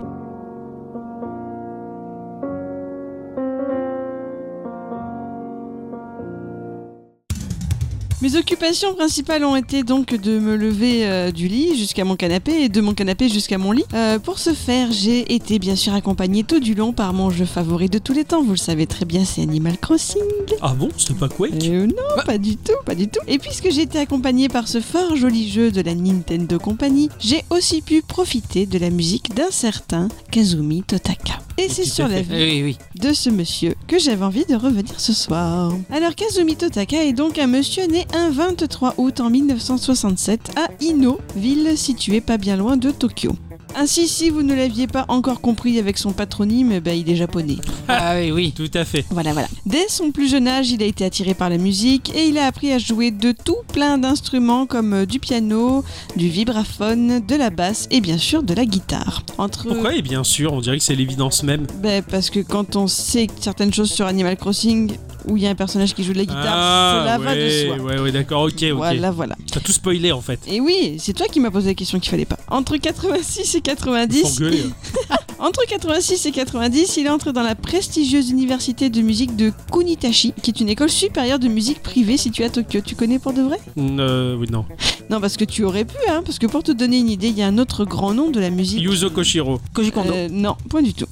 S2: Mes occupations principales ont été donc de me lever euh, du lit jusqu'à mon canapé et de mon canapé jusqu'à mon lit. Euh, pour ce faire, j'ai été bien sûr accompagnée tout du long par mon jeu favori de tous les temps. Vous le savez très bien, c'est Animal Crossing.
S1: Ah bon, c'est pas Quake
S2: Euh, non, pas du tout, pas du tout. Et puisque j'ai été accompagnée par ce fort joli jeu de la Nintendo Company, j'ai aussi pu profiter de la musique d'un certain Kazumi Totaka. Et c'est
S1: Tout à
S2: sur
S1: fait.
S2: la vie
S3: Eh Oui, oui.
S2: de ce monsieur que j'avais envie de revenir ce soir. Alors Kazumi Totaka est donc un monsieur né un 23 août en 1967 à Ino, ville située pas bien loin de Tokyo. Ainsi, si vous ne l'aviez pas encore compris avec son patronyme, bah, il est japonais.
S3: Ah, oui, oui.
S1: Tout à fait.
S2: Voilà, voilà. Dès son plus jeune âge, il a été attiré par la musique et il a appris à jouer de tout plein d'instruments comme euh, du piano, du vibraphone, de la basse et bien sûr de la guitare. Entre
S1: Pourquoi Et bien sûr, on dirait que c'est l'évidence même.
S2: Ben, parce que quand on sait certaines choses sur Animal Crossing, où il y a un personnage qui joue de la guitare, cela va de
S1: Ah, ouais,
S2: soi.
S1: ouais, ouais, d'accord, ok, ok.
S2: Voilà, voilà.
S1: T'as tout spoilé, en fait.
S2: Et oui, c'est toi qui m'as posé la question qu'il fallait pas. Entre 86 et
S1: Ils sont
S2: 90,
S1: gueulés, hein.
S2: Entre 86 et 90, il entre dans la prestigieuse université de musique de Kunitachi, qui est une école supérieure de musique privée située à Tokyo. Tu connais pour de vrai
S1: Euh, oui, non.
S2: Non, parce que tu aurais pu, hein, parce que pour te donner une idée, il y a un autre grand nom de la musique.
S1: Yuzo Koshiro,
S3: Koji Kondo.
S2: Euh, non, point du tout.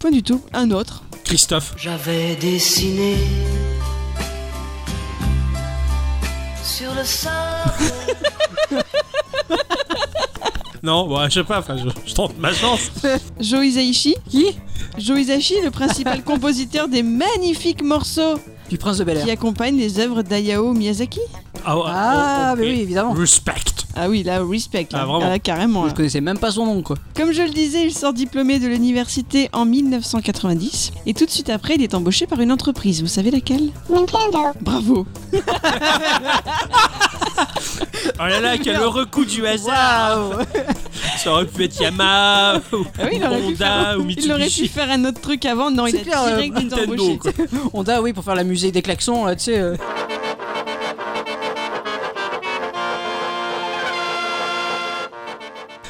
S2: point du tout. Un autre.
S1: Christophe.
S6: J'avais dessiné sur le sable.
S1: Non, bah, je sais pas, enfin, je, je tente ma chance.
S2: Joe Hisaishi. Qui Joe Hisaishi, le principal compositeur des magnifiques morceaux
S3: Du Prince de Bel Air.
S2: qui accompagnent les œuvres d'Ayao Miyazaki.
S1: Ah, ouais,
S3: Ah,
S1: ok.
S3: mais oui, évidemment.
S1: Respect.
S2: Ah oui, là, respect. Là,
S1: Ah, vraiment
S2: Là, carrément.
S3: Je
S2: là.
S3: connaissais même pas son nom, quoi.
S2: Comme je le disais, il sort diplômé de l'université en 1990 et tout de suite après, il est embauché par une entreprise. Vous savez laquelle Nintendo. Bravo.
S1: Oh là là, quel heureux coup du hasard Ça aurait pu être Yamaha, ou
S2: Ah oui, il aurait pu
S1: Honda, ou
S2: Il aurait pu
S1: Mitsubishi.
S2: faire un autre truc avant. Non, il
S3: C'est
S2: a
S3: clair, euh,
S2: direct été embauché.
S1: Nintendo, quoi.
S3: Honda, oui, pour faire la musique des klaxons, là, tu sais. euh.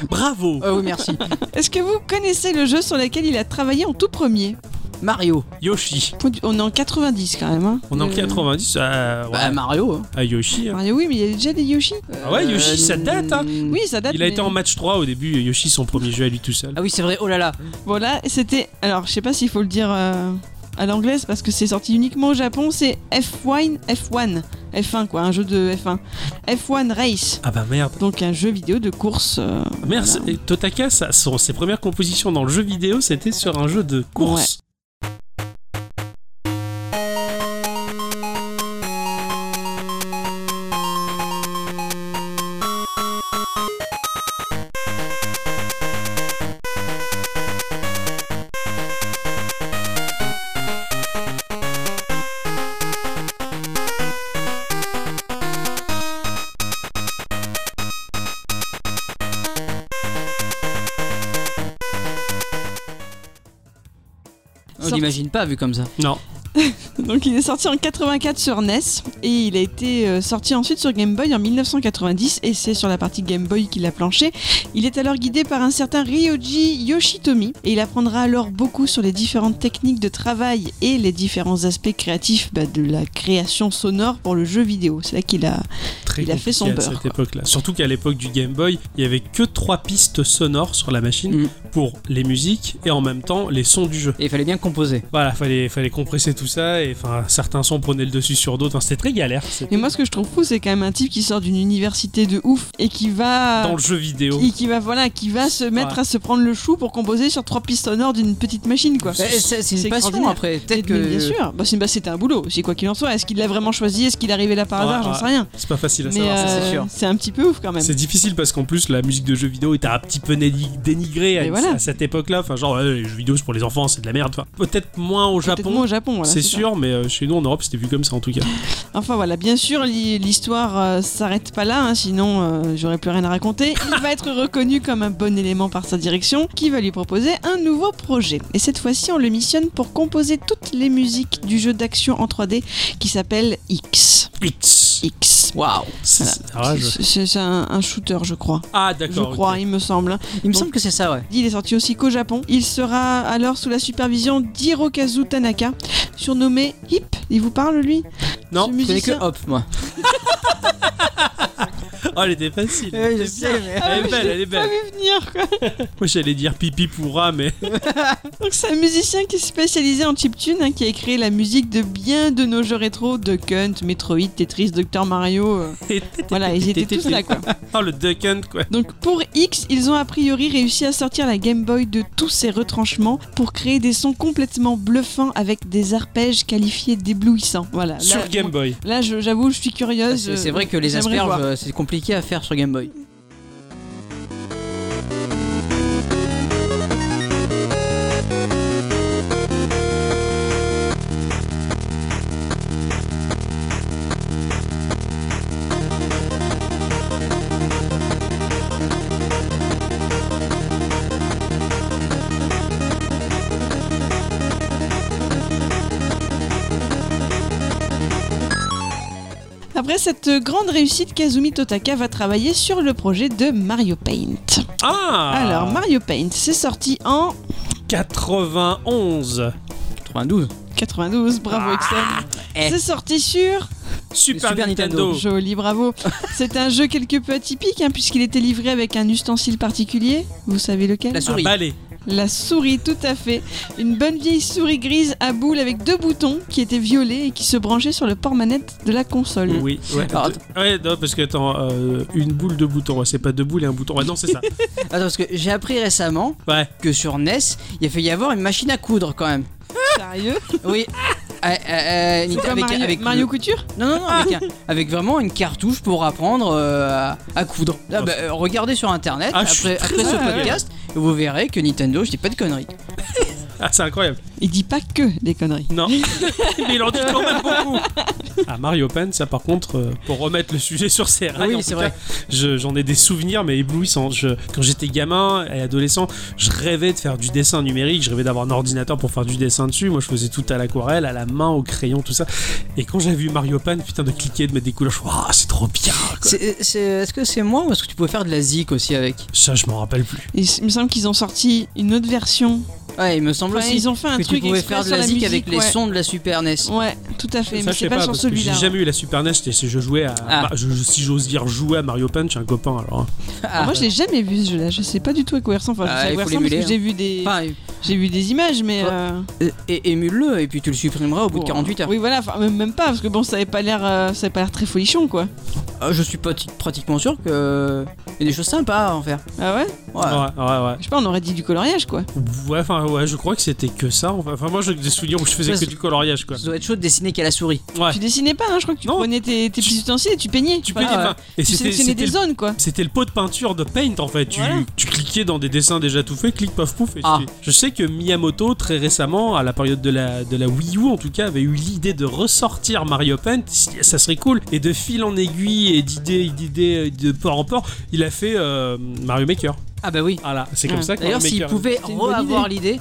S1: Bravo
S3: Ah oui, merci.
S2: Est-ce que vous connaissez le jeu sur lequel il a travaillé en tout premier
S3: Mario.
S1: Yoshi.
S2: Point du- On est en 90 quand même. hein.
S1: On est en
S2: Euh,
S1: 90, euh, ouais.
S3: Bah, Mario. hein.
S1: Ah, Yoshi. hein.
S2: Mario, oui, mais il y a déjà des Yoshi.
S1: Ah ouais, Yoshi, ça date, hein.
S3: euh,
S2: Oui, ça date.
S1: Il a
S2: mais-
S1: été en match 3 au début, Yoshi, son premier jeu à lui tout seul.
S3: Ah oui, c'est vrai, oh là là.
S2: Voilà, c'était. Alors, je sais pas s'il faut le dire euh, à l'anglaise parce que c'est sorti uniquement au Japon. C'est F1, F1, F1 quoi, un jeu de F1, F1 Race.
S1: Ah bah merde.
S2: Donc un jeu vidéo de course. euh,
S1: Merde, c'est- Totaka, ça, son- ses premières compositions dans le jeu vidéo, c'était sur un jeu de course.
S3: On l'imagine pas vu comme ça.
S1: Non.
S2: Donc il est sorti en 84 sur NES et il a été euh, sorti ensuite sur Game Boy en 1990 et c'est sur la partie Game Boy qu'il a planché. Il est alors guidé par un certain Ryoji Yoshitomi et il apprendra alors beaucoup sur les différentes techniques de travail et les différents aspects créatifs bah, de la création sonore pour le jeu vidéo. C'est là qu'il a...
S1: Très
S2: Il a fait son
S1: compliqué à
S2: beurre,
S1: cette
S2: quoi.
S1: époque-là. Surtout qu'à l'époque du Game Boy, il y avait que trois pistes sonores sur la machine
S3: Mm.
S1: pour les musiques et en même temps les sons du jeu.
S3: Et il fallait bien composer.
S1: Voilà, fallait, fallait compresser tout ça et enfin certains sons prenaient le dessus sur d'autres. Enfin, c'était très galère. c'était-
S2: Mais moi ce que je trouve fou c'est quand même un type qui sort d'une université de ouf et qui va...
S1: Dans le jeu vidéo.
S2: Ah. qui, qui va voilà qui va se mettre
S1: Ouais.
S2: à se prendre le chou pour composer sur trois pistes sonores d'une petite machine quoi.
S3: Eh, C'est c'est
S2: Ah, C'est
S3: une passion
S2: extraordinaire.
S3: après.
S2: Mais
S3: Peut-être que.
S2: Bien sûr, bah, c'est- bah, c'était un boulot aussi, quoi qu'il en soit. Est-ce qu'il l'a vraiment choisi Est-ce qu'il est arrivé là par
S1: Ouais,
S2: hasard J'en
S1: ouais.
S2: sais rien.
S1: C'est pas facile à
S2: Mais
S1: savoir. ça.
S3: c'est
S2: euh,
S3: sûr.
S2: c'est un petit peu ouf quand même.
S1: C'est difficile parce qu'en plus la musique de jeux vidéo était un petit peu déni- dénigrée à,
S2: Mais
S1: une-
S2: voilà.
S1: à cette époque-là. Enfin, genre ouais, les jeux vidéo c'est pour les enfants, c'est de la merde. Enfin, peut-être moins au
S2: Peut-être
S1: Japon,
S2: moins au Japon, voilà,
S1: c'est
S2: ça.
S1: sûr, mais euh, chez nous en Europe c'était vu comme ça en tout cas.
S2: Enfin voilà, bien sûr, l'hi- l'histoire euh, s'arrête pas là, hein, sinon euh, j'aurais plus rien à raconter. Il va être reconnu comme un bon élément par sa direction, qui va lui proposer un nouveau projet. Et cette fois-ci, on le missionne pour composer toutes les musiques du jeu d'action en 3D qui s'appelle X.
S1: X.
S2: X.
S3: Waouh.
S1: C'est- Ah, je-
S2: C'est c'est- c'est un, un shooter, je crois.
S1: Ah,
S2: Je
S1: d'accord.
S2: crois,
S1: ok.
S2: il me semble. hein.
S3: Il me
S2: Donc-
S3: semble que c'est ça, ouais.
S2: Il est sorti aussi qu'au Japon. Il sera alors sous la supervision d'Hirokazu Tanaka, surnommé Hip. Il vous parle lui
S3: Je
S1: Non,
S2: Ce
S3: connais
S2: musicien
S3: que Hop, moi.
S1: Oh, elle était facile.
S3: Eh, je
S1: Elle
S3: sais, mais-
S2: Ah
S1: est belle, elle est
S2: pas
S1: belle.
S2: vu venir quoi.
S1: Moi j'allais dire pipi pourra, mais
S2: Donc c'est un musicien qui est spécialisé en chiptune, hein, qui a écrit la musique de bien de nos jeux rétro, de Kunt, Metroid, Tetris, Dr Mario. euh, voilà, ils étaient tous là quoi.
S1: Oh le Duck Hunt quoi.
S2: Donc pour X, ils ont a priori réussi à sortir la Game Boy de tous ses retranchements pour créer des sons complètement bluffants avec des arpèges qualifiés d'éblouissants. Voilà.
S1: Sur
S2: Là,
S1: Game Boy.
S2: Là, je- j'avoue, je suis curieuse.
S3: C'est c'est vrai que les
S2: J'aimerais
S3: asperges,
S2: voir.
S3: euh, c'est compliqué à faire sur Game Boy.
S2: Après cette grande réussite, Kazumi Totaka va travailler sur le projet de Mario Paint.
S1: Ah
S2: Alors, Mario Paint, c'est sorti en
S1: 91
S3: 92.
S2: 92, bravo Exxon.
S3: Ah, eh. Oh.
S2: C'est sorti sur...
S1: Super,
S3: Super
S1: Nintendo. Ah,
S3: Nintendo.
S2: Joli, bravo. C'est un jeu quelque peu atypique, hein, puisqu'il était livré avec un ustensile particulier. Vous savez lequel
S3: La
S1: Un
S3: souris.
S1: balai.
S2: La souris, tout à fait. Une bonne vieille souris grise à boule avec deux boutons qui étaient violets et qui se branchaient sur le port manette de la console.
S1: Oui, ouais.
S3: Alors, attends.
S1: Ouais, non, parce que attends, euh, une boule de bouton, ouais, c'est pas deux boules et un bouton. Ouais, non, c'est ça.
S3: Attends, parce que j'ai appris récemment
S1: Ouais.
S3: que sur NES, il a fait y avoir une machine à coudre quand même.
S2: Sérieux
S3: Oui. Euh, euh, euh,
S2: C'est quoi,
S3: avec,
S2: Mario,
S3: avec le-
S2: Mario Couture
S3: Non, non, non, avec, un- avec vraiment une cartouche pour apprendre euh, à, à coudre. Là, bah, euh, regardez sur internet,
S1: Ah, je suis
S3: après, après ce
S2: Ah, ouais.
S3: podcast, vous verrez que Nintendo, je dis pas de conneries.
S1: Ah, c'est incroyable.
S2: Il dit pas que des conneries.
S1: Non. Mais il en dit quand même beaucoup. Ah, Mario Pan, ça par contre, euh, pour remettre le sujet sur ses rails,
S3: Oui,
S1: en tout
S3: c'est
S1: cas,
S3: vrai.
S1: je- j'en ai des souvenirs, mais éblouissants. Je- quand j'étais gamin et adolescent, je rêvais de faire du dessin numérique, je rêvais d'avoir un ordinateur pour faire du dessin dessus. Moi, je faisais tout à l'aquarelle, à la main, au crayon, tout ça. Et quand j'ai vu Mario Pan, putain, de cliquer, de mettre des couleurs, je me suis dit, Waouh, c'est trop bien. quoi.
S3: C'est- c'est- Est-ce que c'est moi ou est-ce que tu pouvais faire de la zik aussi avec
S1: Ça, je m'en rappelle plus.
S2: Il, s- il me semble qu'ils ont sorti une autre version.
S3: Ouais, il me semble
S2: Enfin,
S3: aussi
S2: ils ont fait un
S3: que tu
S2: truc
S3: pouvais
S2: exprès
S3: faire de
S2: sur
S3: la zik
S2: musique,
S3: avec les
S2: ouais.
S3: sons de la Super E NES.
S2: Ouais, tout à fait,
S1: Ça,
S2: mais
S1: je
S2: c'est
S1: sais
S2: pas,
S1: pas,
S2: sur
S1: parce que j'ai
S2: celui-là. hein.
S1: jamais eu la Super NES, et si je jouais à.
S3: Ah.
S1: bah, je- si j'ose dire jouer à Mario Punch, un copain alors. hein.
S3: Ah.
S2: Moi, je l'ai jamais vu ce jeu-là. Je sais pas du tout à quoi il ressemble. Enfin,
S3: Ah,
S2: je sais à
S3: il
S2: quoi il
S3: faut
S2: ressemble parce que
S3: l'émuler, hein.
S2: j'ai vu des,
S3: Enfin,
S2: j'ai vu des images, mais
S3: Toi,
S2: euh,
S3: euh, et- émule-le et puis tu le supprimeras au bout
S2: bon,
S3: de 48 heures.
S2: Oui, voilà, enfin, même- même pas parce que bon, ça avait pas l'air, euh, ça avait pas l'air très folichon, quoi.
S3: Ah, je suis pas t- pratiquement sûr que euh, il y a des choses sympas à en faire.
S2: Ah ouais
S3: Ouais.
S1: Ouais, ouais, ouais.
S2: Je sais pas, on aurait dit du coloriage, quoi.
S1: Ouais, enfin, ouais, je crois que c'était que ça. Enfin, Enfin, moi, j'ai des souvenirs où je faisais
S3: Ça,
S1: que
S3: c'est-
S1: du coloriage, quoi.
S3: Ça doit être chaud de dessiner qu'à la souris.
S1: Ouais.
S2: Tu dessinais pas, hein, je crois que tu
S1: Ah. Non.
S2: prenais tes, tes
S1: Tu-
S2: petits ustensiles et tu peignais.
S1: Tu
S2: Enfin,
S1: peignais,
S2: ouais.
S1: enfin, et
S2: Bah, Tu
S1: c'était
S2: sélectionnais
S1: c'était
S2: des
S1: le,
S2: zones, quoi.
S1: c'était le pot de peinture de Paint en fait. Tu,
S2: Voilà.
S1: tu cliquais dans des dessins déjà tout faits, clic paf pouf. Et
S3: Ah.
S1: c'était- Je sais que Miyamoto très récemment, à la période de la de la Wii U en tout cas, avait eu l'idée de ressortir Mario Paint. Ça serait cool. Et de fil en aiguille et d'idée d'idée de port en port, il a a fait euh, Mario Maker.
S3: Ah bah oui.
S1: Voilà, c'est comme
S2: Ah.
S1: ça que
S3: D'ailleurs,
S1: Mario
S3: s'il
S1: Maker-
S3: pouvait
S2: C'est une bonne
S3: re-avoir l'idée,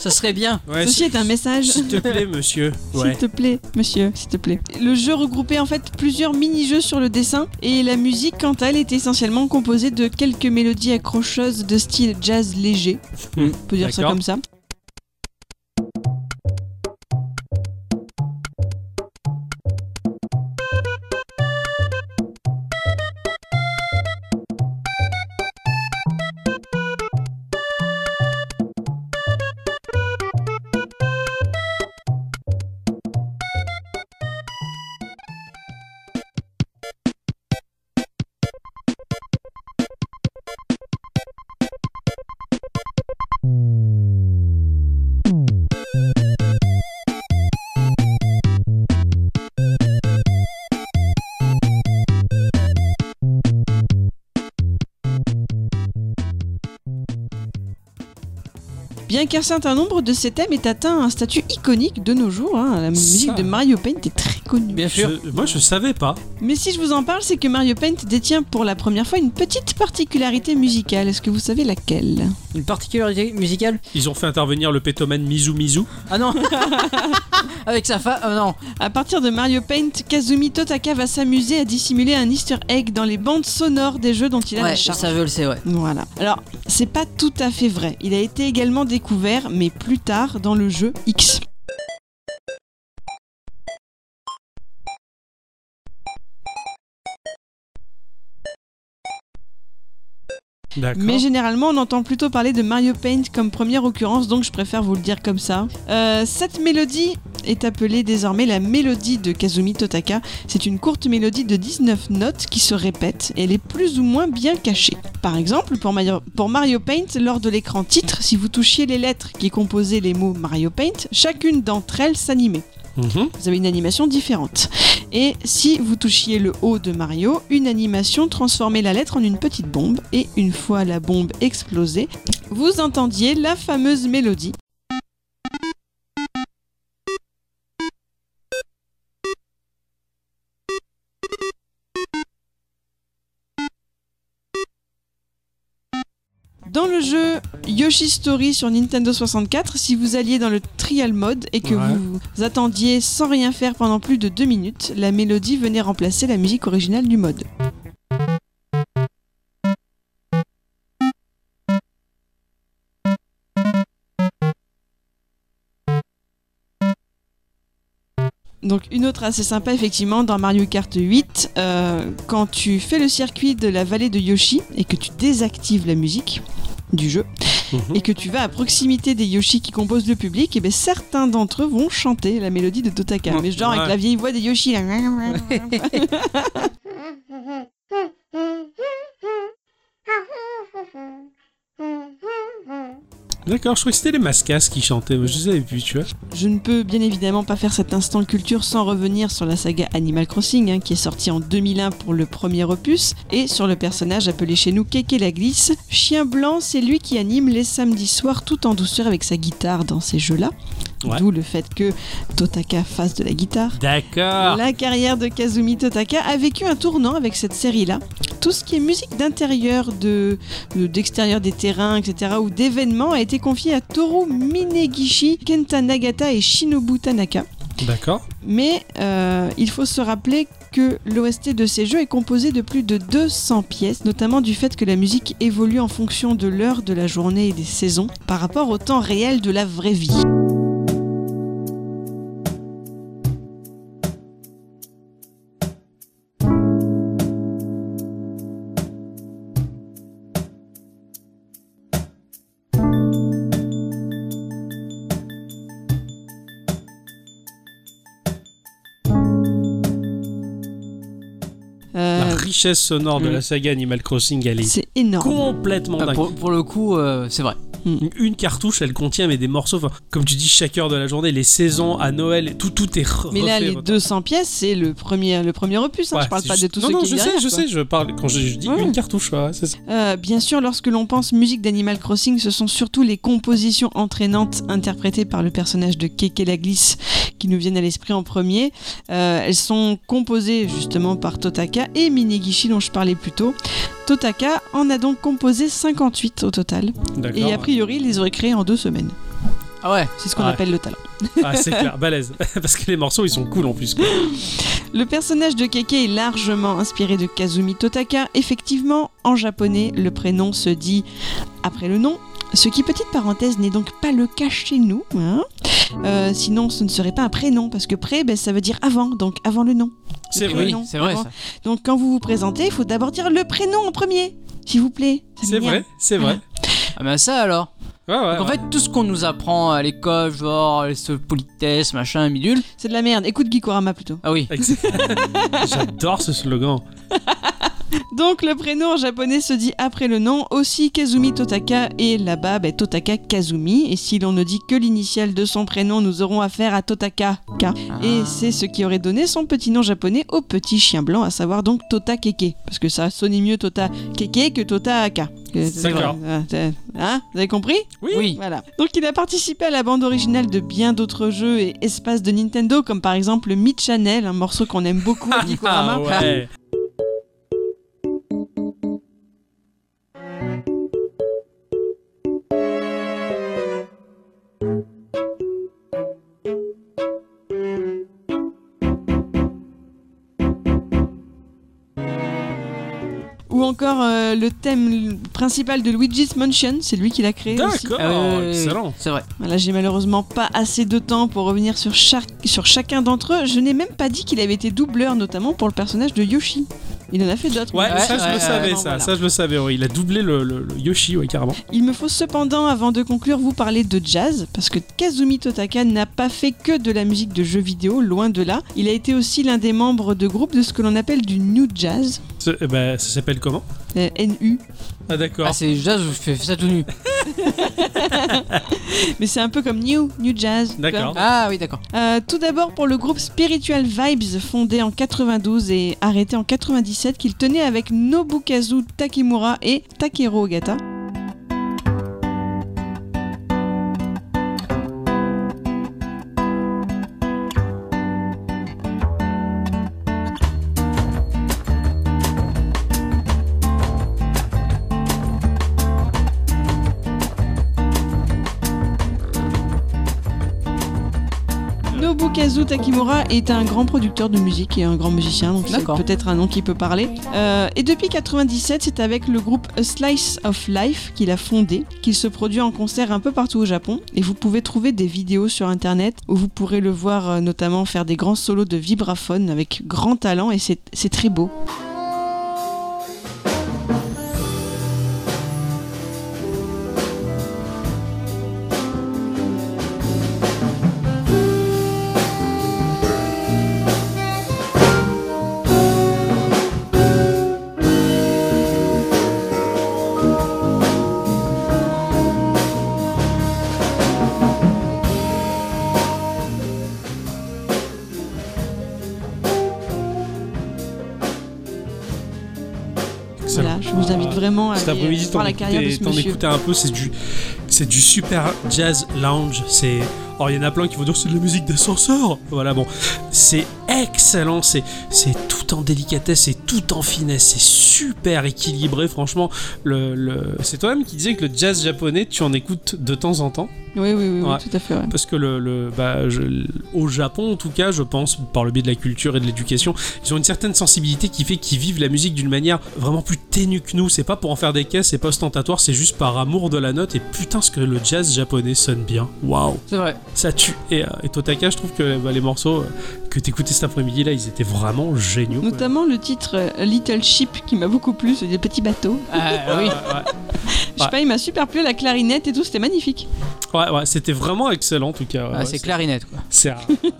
S3: ça serait bien.
S1: Ouais,
S2: Ceci
S1: s'il-
S2: est un message.
S1: S'il te plaît, monsieur. Ouais.
S2: S'il te plaît, monsieur, s'il te plaît. Le jeu regroupait en fait plusieurs mini-jeux sur le dessin et la musique, quant à elle, était essentiellement composée de quelques mélodies accrocheuses de style jazz léger.
S1: Hmm,
S2: On peut dire ça
S1: d'accord.
S2: comme ça. Bien qu'un certain nombre de ces thèmes aient atteint un statut iconique de nos jours, hein, la musique de Mario Paint est très connue.
S3: Bien sûr.
S1: Je- moi, je savais pas.
S2: Mais si je vous en parle, c'est que Mario Paint détient pour la première fois une petite particularité musicale. Est-ce que vous savez laquelle
S3: Une particularité musicale
S1: Ils ont fait intervenir le pétoman Mizu Mizu.
S3: Ah non Avec sa femme Ah non
S2: À partir de Mario Paint, Kazumi Totaka va s'amuser à dissimuler un easter egg dans les bandes sonores des jeux dont il a la
S3: Ouais,
S2: charge.
S3: ça veut le sait, ouais.
S2: Voilà. Alors, c'est pas tout à fait vrai. Il a été également découvert, mais plus tard, dans le jeu X.
S1: D'accord.
S2: Mais généralement, on entend plutôt parler de Mario Paint comme première occurrence, donc je préfère vous le dire comme ça. Euh, cette mélodie est appelée désormais la mélodie de Kazumi Totaka. C'est une courte mélodie de 19 notes qui se répète et elle est plus ou moins bien cachée. Par exemple, pour Mario, pour Mario Paint, lors de l'écran titre, si vous touchiez les lettres qui composaient les mots Mario Paint, chacune d'entre elles s'animait.
S1: Mhm.
S2: Vous avez une animation différente. Et si vous touchiez le haut de Mario, une animation transformait la lettre en une petite bombe. Et une fois la bombe explosée, vous entendiez la fameuse mélodie. Dans le jeu Yoshi's Story sur Nintendo 64, si vous alliez dans le trial mode et que
S1: Ouais.
S2: vous vous attendiez sans rien faire pendant plus de deux minutes, la mélodie venait remplacer la musique originale du mode. Donc une autre assez sympa effectivement dans Mario Kart 8, euh, quand tu fais le circuit de la vallée de Yoshi et que tu désactives la musique du jeu
S1: Mhm.
S2: et que tu vas à proximité des Yoshi qui composent le public, et ben certains d'entre eux vont chanter la mélodie de Totaka, mais genre
S1: Ouais.
S2: avec la vieille voix des Yoshi. là.
S1: D'accord, je croyais que c'était les Mascas qui chantaient. mais Je les avais plus, tu vois.
S2: Je ne peux bien évidemment pas faire cet instant culture sans revenir sur la saga Animal Crossing, hein, qui est sortie en 2001 pour le premier opus, et sur le personnage appelé chez nous Keke la Glisse. Chien blanc, c'est lui qui anime les samedis soirs tout en douceur avec sa guitare dans ces jeux-là.
S1: Ouais.
S2: D'où le fait que Totaka fasse de la guitare.
S1: D'accord.
S2: La carrière de Kazumi Totaka a vécu un tournant avec cette série-là. Tout ce qui est musique d'intérieur, de de- d'extérieur des terrains, etc., ou d'événements, a été confié à Toru Minegishi, Kenta Nagata et Shinobu Tanaka.
S1: D'accord.
S2: Mais euh, il faut se rappeler que l'OST de ces jeux est composé de plus de 200 pièces, notamment du fait que la musique évolue en fonction de l'heure de la journée et des saisons par rapport au temps réel de la vraie vie.
S1: La
S2: Euh,
S1: richesse sonore de
S3: Mm.
S1: la saga Animal Crossing, elle est
S2: c'est énorme.
S1: complètement
S3: Ah,
S1: dingue.
S3: pour, pour le coup, euh, c'est vrai.
S1: Une- Une cartouche, elle contient mais des morceaux. enfin, comme tu dis, chaque heure de la journée, les saisons, à Noël, tout, tout est re-
S2: Mais là,
S1: refait,
S2: les
S1: re-
S2: 200 pièces, c'est le premier, le premier opus. hein,
S1: Ouais,
S2: je parle
S1: c'est
S2: pas de
S1: juste-
S2: tout
S1: non,
S2: ce
S1: non,
S2: qui
S1: je
S2: est derrière,
S1: sais, je
S2: quoi. Mm.
S1: sais, je parle quand je, je dis
S2: Ouais.
S1: une cartouche, ouais, c'est ça.
S2: Euh, bien sûr, lorsque l'on pense musique d'Animal Crossing, ce sont surtout les compositions entraînantes interprétées par le personnage de Keke la Glisse qui nous viennent à l'esprit en premier. Euh, elles sont composées justement par Totaka et Minegishi dont je parlais plus tôt. Totaka en a donc composé 58 au total.
S1: D'accord.
S2: Et a priori, il les aurait créés en deux semaines.
S3: Ah ouais.
S2: C'est ce qu'on
S1: Ouais.
S2: appelle le talent.
S1: Ah, c'est clair, balèze. Parce que les morceaux, ils sont cool en plus. quoi.
S2: Le personnage de Keke est largement inspiré de Kazumi Totaka. Effectivement, en japonais, le prénom se dit après le nom. Ce qui, petite parenthèse, n'est donc pas le cas chez nous. hein. Euh, sinon, ce ne serait pas un prénom, parce que pré, ben, ça veut dire avant, donc avant le nom.
S1: C'est
S2: Oui,
S1: vrai.
S2: non,
S3: c'est vrai.
S2: avant.
S3: ça.
S2: Donc quand vous vous présentez, il faut d'abord dire le prénom en premier, s'il vous plaît. Ça
S1: C'est
S2: m'énerve.
S1: vrai, c'est vrai.
S3: Ah bah ça alors.
S1: Ouais, ouais,
S3: Donc en
S1: ouais.
S3: fait tout ce qu'on nous apprend à l'école, genre les so- politesses, machin, midule.
S2: C'est de la merde. Écoute Gikorama plutôt.
S3: Ah oui.
S1: Excellent. J'adore ce slogan.
S2: Donc le prénom en japonais se dit après le nom, aussi Kazumi Totaka et là-bas ben, Totaka Kazumi. Et si l'on ne dit que l'initiale de son prénom, nous aurons affaire à Totaka K. Et c'est ce qui aurait donné son petit nom japonais au petit chien blanc, à savoir donc Tota Keke. Parce que ça sonnait mieux Tota Keke que Tota Aka.
S1: D'accord.
S2: Hein Vous avez compris
S3: Oui.
S2: Voilà. Donc il a participé à la bande originale de bien d'autres jeux et espaces de Nintendo, comme par exemple le Mid Channel, un morceau qu'on aime beaucoup à Gikorama.
S1: Ah ouais.
S2: Ou encore euh, le thème principal de Luigi's Mansion, c'est lui qui l'a créé aussi.
S1: Eh, D'accord,
S3: Ah oui, oui, oui.
S1: Oh, excellent.
S3: C'est vrai.
S2: Voilà, j'ai malheureusement pas assez de temps pour revenir sur, chaque, sur chacun d'entre eux. Je n'ai même pas dit qu'il avait été doubleur, notamment pour le personnage de Yoshi. Il en a fait d'autres.
S1: Ouais,
S2: mais-
S1: ça je
S3: ouais,
S1: le
S3: ouais,
S1: savais,
S2: vraiment,
S1: ça,
S2: voilà.
S1: ça je le savais. ouais. Il a doublé le, le- le Yoshi, ouais, carrément.
S2: Il me faut cependant, avant de conclure, vous parler de jazz, parce que Kazumi Totaka n'a pas fait que de la musique de jeux vidéo, loin de là. Il a été aussi l'un des membres de groupes de ce que l'on appelle du New Jazz,
S1: Ce- eh ben, ça s'appelle comment
S2: euh, NU.
S1: Ah d'accord.
S3: Ah c'est jazz, je fais ça tout nu.
S2: Mais c'est un peu comme New, New Jazz.
S1: D'accord.
S3: Ah oui d'accord.
S2: Euh, tout d'abord pour le groupe Spiritual Vibes, fondé en 92 et arrêté en 97, qu'il tenait avec Nobukazu Takimura et Takeru Ogata. Nobukazu Takimura est un grand producteur de musique et un grand musicien, donc c'est
S3: D'accord.
S2: peut-être un nom qui peut parler. Euh, et depuis 97, c'est avec le groupe A Slice of Life qu'il a fondé, qu'il se produit en concert un peu partout au Japon. Et vous pouvez trouver des vidéos sur internet où vous pourrez le voir euh, notamment faire des grands solos de vibraphone avec grand talent et c'est c'est très beau.
S1: Excellent.
S2: Voilà, je vous invite vraiment à
S1: Cet
S2: aller, euh,
S1: après-midi,
S2: voir
S1: t'en
S2: la carrière de
S1: écoutais,
S2: ce
S1: t'en
S2: monsieur.
S1: écoutais un peu, c'est du, c'est du super jazz lounge. C'est, or il y en a plein qui vont dire c'est de la musique d'ascenseur. Voilà bon, c'est excellent, c'est, c'est tout en délicatesse, c'est tout en finesse, c'est super équilibré. Franchement, le, le- c'est toi-même qui disais que le jazz japonais, tu en écoutes de temps en temps.
S2: Oui, oui, oui, oui,
S1: Ouais.
S2: tout à fait. ouais.
S1: Parce que le, le- bah, je- au Japon, en tout cas, je pense, par le biais de la culture et de l'éducation, ils ont une certaine sensibilité qui fait qu'ils vivent la musique d'une manière vraiment plus ténue que nous. C'est pas pour en faire des caisses, c'est pas ostentatoire, c'est juste par amour de la note. Et putain, ce que le jazz japonais sonne bien. Waouw,
S3: C'est vrai.
S1: ça tue. Et, euh, et Totaka, je trouve que bah, les morceaux euh, que t'écoutais cet après-midi là, ils étaient vraiment géniaux. quoi.
S2: Notamment le titre euh, Little Ship qui m'a beaucoup plu, c'est des petits bateaux.
S3: Ah oui.
S2: Je sais
S1: Ouais.
S2: pas, il m'a super plu la clarinette et tout, c'était magnifique.
S1: Ouais, ouais, c'était vraiment excellent en tout cas. Ouais,
S3: Ah,
S1: ouais,
S3: c'est clarinette quoi.
S1: C'est un,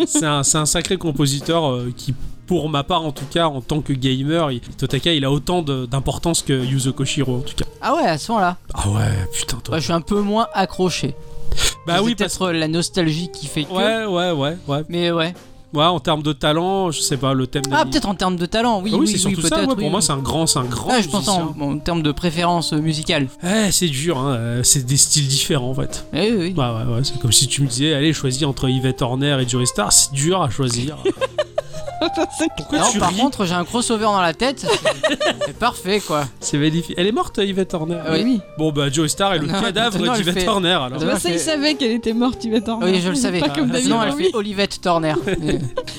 S1: c'est un- c'est un sacré compositeur euh, qui, pour ma part en tout cas, en tant que gamer, il- Totaka, il a autant de- d'importance que Yuzo Koshiro en tout cas.
S3: Ah ouais à ce moment là.
S1: Ah ouais, putain, toi.
S3: je suis un peu moins accroché.
S1: bah
S3: C'est
S1: oui, parce
S3: peut-être euh, la nostalgie qui fait que.
S1: Ouais, ouais, ouais, ouais.
S3: Mais ouais.
S1: Ouais, en termes de talent, je sais pas, le thème.
S3: Ah
S1: de...
S3: peut-être en termes de talent, oui.
S1: Ah oui,
S3: oui,
S1: c'est surtout
S3: oui,
S1: ça. ouais,
S3: peut-être,
S1: pour
S3: oui,
S1: moi,
S3: oui.
S1: c'est un grand, c'est un grand.
S3: Ah, je pense en,
S1: musicien.
S3: en termes de préférence euh, musicale.
S1: Eh, c'est dur, hein, euh, c'est des styles différents en fait.
S3: Eh oui, oui.
S1: Ouais, ouais, ouais, c'est comme si tu me disais, allez, choisis entre Yvette Horner et Joey Star, c'est dur à choisir. Pourquoi
S3: Alors,
S1: tu
S3: par
S1: ris
S3: contre, j'ai un crossover dans la tête. C'est parfait, quoi.
S1: C'est magnifique. Elle est morte, euh, Yvette Horner.
S3: Ah oui.
S2: oui.
S1: Bon, bah, Joe Star est le
S3: Non, maintenant,
S1: cadavre
S3: elle
S1: d'Yvette
S3: fait- Euh,
S1: Horner, alors.
S3: Dommage
S2: Bah ça,
S3: que-
S2: il savait qu'elle était morte, Yvette Horner.
S3: Oui, je le savais.
S2: Pas comme
S1: Ah,
S2: David
S3: Sinon, elle
S2: Bowie.
S3: fait Olivette Turner.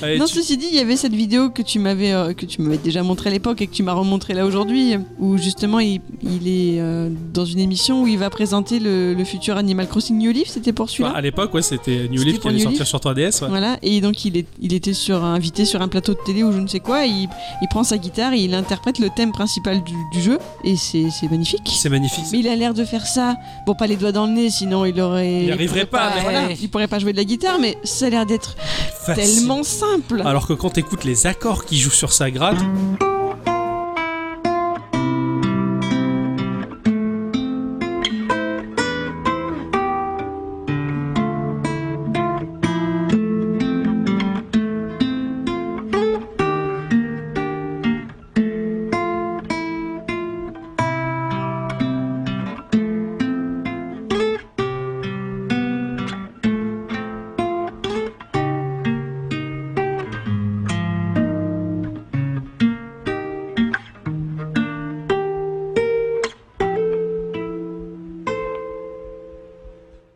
S1: Allez,
S2: Non,
S1: tu-
S2: ceci dit, il y avait cette vidéo que tu m'avais euh, que tu m'avais déjà montrée à l'époque et que tu m'as remontrée là aujourd'hui, où justement il, il est euh, dans une émission où il va présenter le, le futur Animal Crossing New Leaf. C'était pour celui-là.
S1: Enfin, Bah, à l'époque, ouais, c'était New
S2: C'était
S1: Leaf qui
S2: pour
S1: allait
S2: New
S1: sortir
S2: Leaf.
S1: sur 3DS. ouais.
S2: Voilà, et donc il, est, il était sur, invité sur un plateau de télé ou je ne sais quoi, et il, il prend sa guitare et il interprète le thème principal du, du jeu, et c'est c'est magnifique.
S1: C'est magnifique.
S2: Mais il a l'air de faire ça, bon pas les doigts dans le nez, sinon il aurait...
S1: Il n'y arriverait pas.
S3: mais-
S2: Voilà, il pourrait pas jouer de la guitare, mais ça a l'air d'être
S1: mais facile.
S2: tellement simple.
S1: Alors que quand t'écoutes les accords qui jouent sur sa gratte,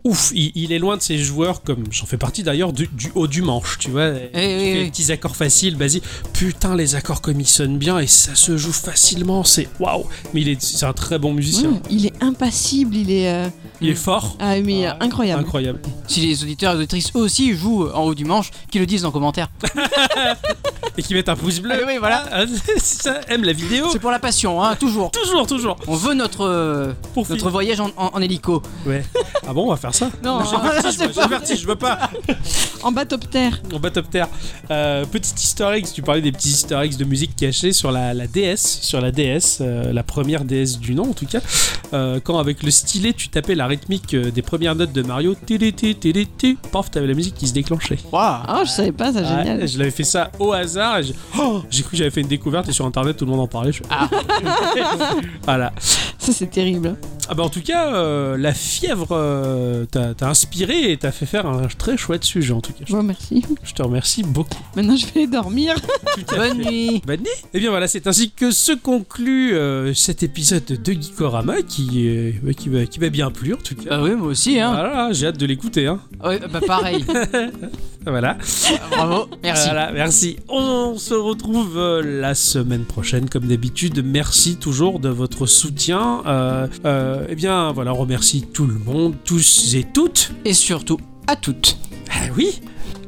S1: ouf, il, il est loin de ces joueurs comme j'en fais partie d'ailleurs du, du haut du manche, tu vois.
S3: oui,
S1: Qui
S2: Eh,
S1: fait
S3: oui.
S1: les petits accords faciles, basiques. Putain, les accords comme ils sonnent bien et ça se joue facilement, c'est waouh. Mais il est, c'est un très bon
S2: Ouais,
S1: musicien.
S2: il est impassible, il est euh,
S1: Il est fort,
S2: ah, mais, euh, incroyable.
S1: incroyable.
S3: si les auditeurs et les auditrices aussi jouent en haut du manche, qu'ils le disent en commentaire.
S1: Et qui met un pouce bleu.
S2: Eh
S3: Ah oui, voilà.
S1: Ah, c'est ça, aime la vidéo.
S3: C'est pour la passion, hein, toujours.
S1: Toujours, toujours.
S3: On veut notre, euh,
S1: Pour finir.
S3: notre voyage en, en- en hélico.
S1: Ouais. Ah bon, on va faire ça.
S2: Non,
S1: J'ai vertige,
S2: Oh, c'est
S1: moi, j'ai
S2: pas
S1: vertige, je veux pas.
S2: en bâtoptère.
S1: On bat top terre. Euh, petit easter egg, tu parlais des petits easter eggs de musique cachée sur la, la DS, sur la DS, euh, la première DS du nom en tout cas. Euh, quand avec le stylet tu tapais la rythmique euh, des premières notes de Mario, TDT, TDT, paf, t'avais la musique qui se déclenchait.
S3: Waouh.
S2: Ah, je savais pas, ça génial.
S1: Ouais, je l'avais fait ça au hasard et j'ai oh, j'ai cru que j'avais fait une découverte et sur internet tout le monde en parlait. Je... Ah. voilà.
S2: Ça c'est terrible.
S1: Ah bah en tout cas, euh, la fièvre euh, t'a t'a inspiré et t'a fait faire un très chouette sujet en tout cas.
S2: Je vous remercie.
S1: Je te remercie beaucoup.
S2: Maintenant je vais aller dormir.
S3: Bonne nuit.
S1: Bonne nuit. Et Eh bien voilà, c'est ainsi que se conclut euh, cet épisode de Geekorama qui, euh, ouais, qui, va- qui va bien plu en tout cas.
S3: Bah oui, moi aussi, hein.
S1: Voilà, j'ai hâte de l'écouter. Hein.
S3: Ouais, bah pareil.
S1: Voilà.
S3: Bravo. Merci.
S1: Voilà, merci. On se retrouve euh, la semaine prochaine, comme d'habitude. Merci toujours de votre soutien. Euh, euh, eh bien, voilà, on remercie tout le monde, tous et toutes.
S3: Et surtout, à toutes.
S1: Ah oui.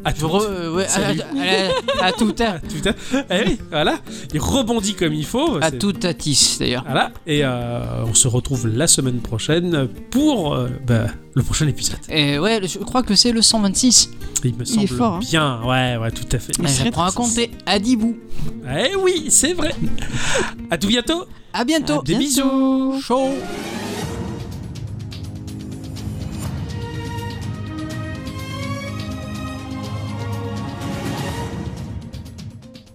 S1: À
S3: Je
S1: toutes.
S3: re- euh, ouais, à,
S1: Salut.
S3: à- à- à toutes. À,
S1: Tout à- Eh oui, voilà. Il rebondit comme il faut.
S3: à
S1: C'est-
S3: toutes, à tis, d'ailleurs.
S1: Voilà, et euh, on se retrouve la semaine prochaine pour euh, bah, le prochain épisode.
S3: Et ouais, je crois que c'est le 126.
S1: Il me
S2: est
S1: semble
S2: fort, hein.
S1: bien, ouais, ouais, tout à fait.
S2: Il serait
S3: J'apprends à
S2: très-
S3: compter à 10 bouts.
S1: Eh oui, c'est vrai. À tout bientôt.
S3: À bientôt.
S1: Des bisous.
S3: Show.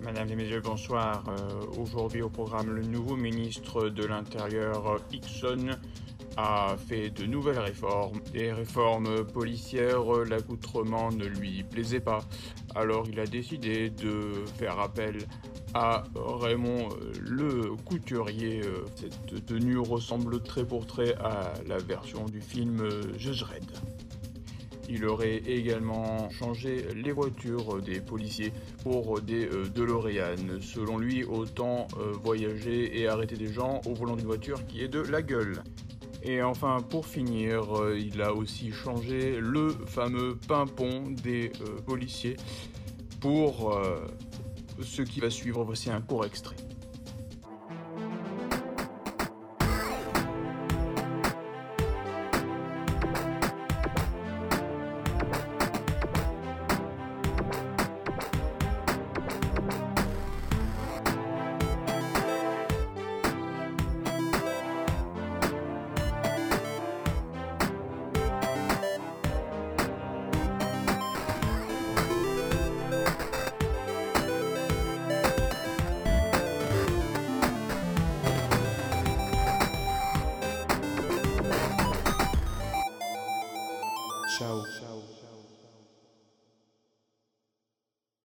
S7: Madame et messieurs, bonsoir. Euh, Aujourd'hui au programme, le nouveau ministre de l'Intérieur, euh, Hickson, a fait de nouvelles réformes. Des réformes policières, euh, l'accoutrement ne lui plaisait pas. Alors il a décidé de faire appel à Raymond euh, le couturier. Euh, Cette tenue ressemble très pour trait à la version du film euh, Judge Red. Il aurait également changé les voitures des policiers pour des euh, DeLorean. Selon lui, autant euh, voyager et arrêter des gens au volant d'une voiture qui est de la gueule. Et enfin, pour finir, euh, il a aussi changé le fameux pimpon des euh, policiers pour euh, ce qui va suivre. Voici un court extrait.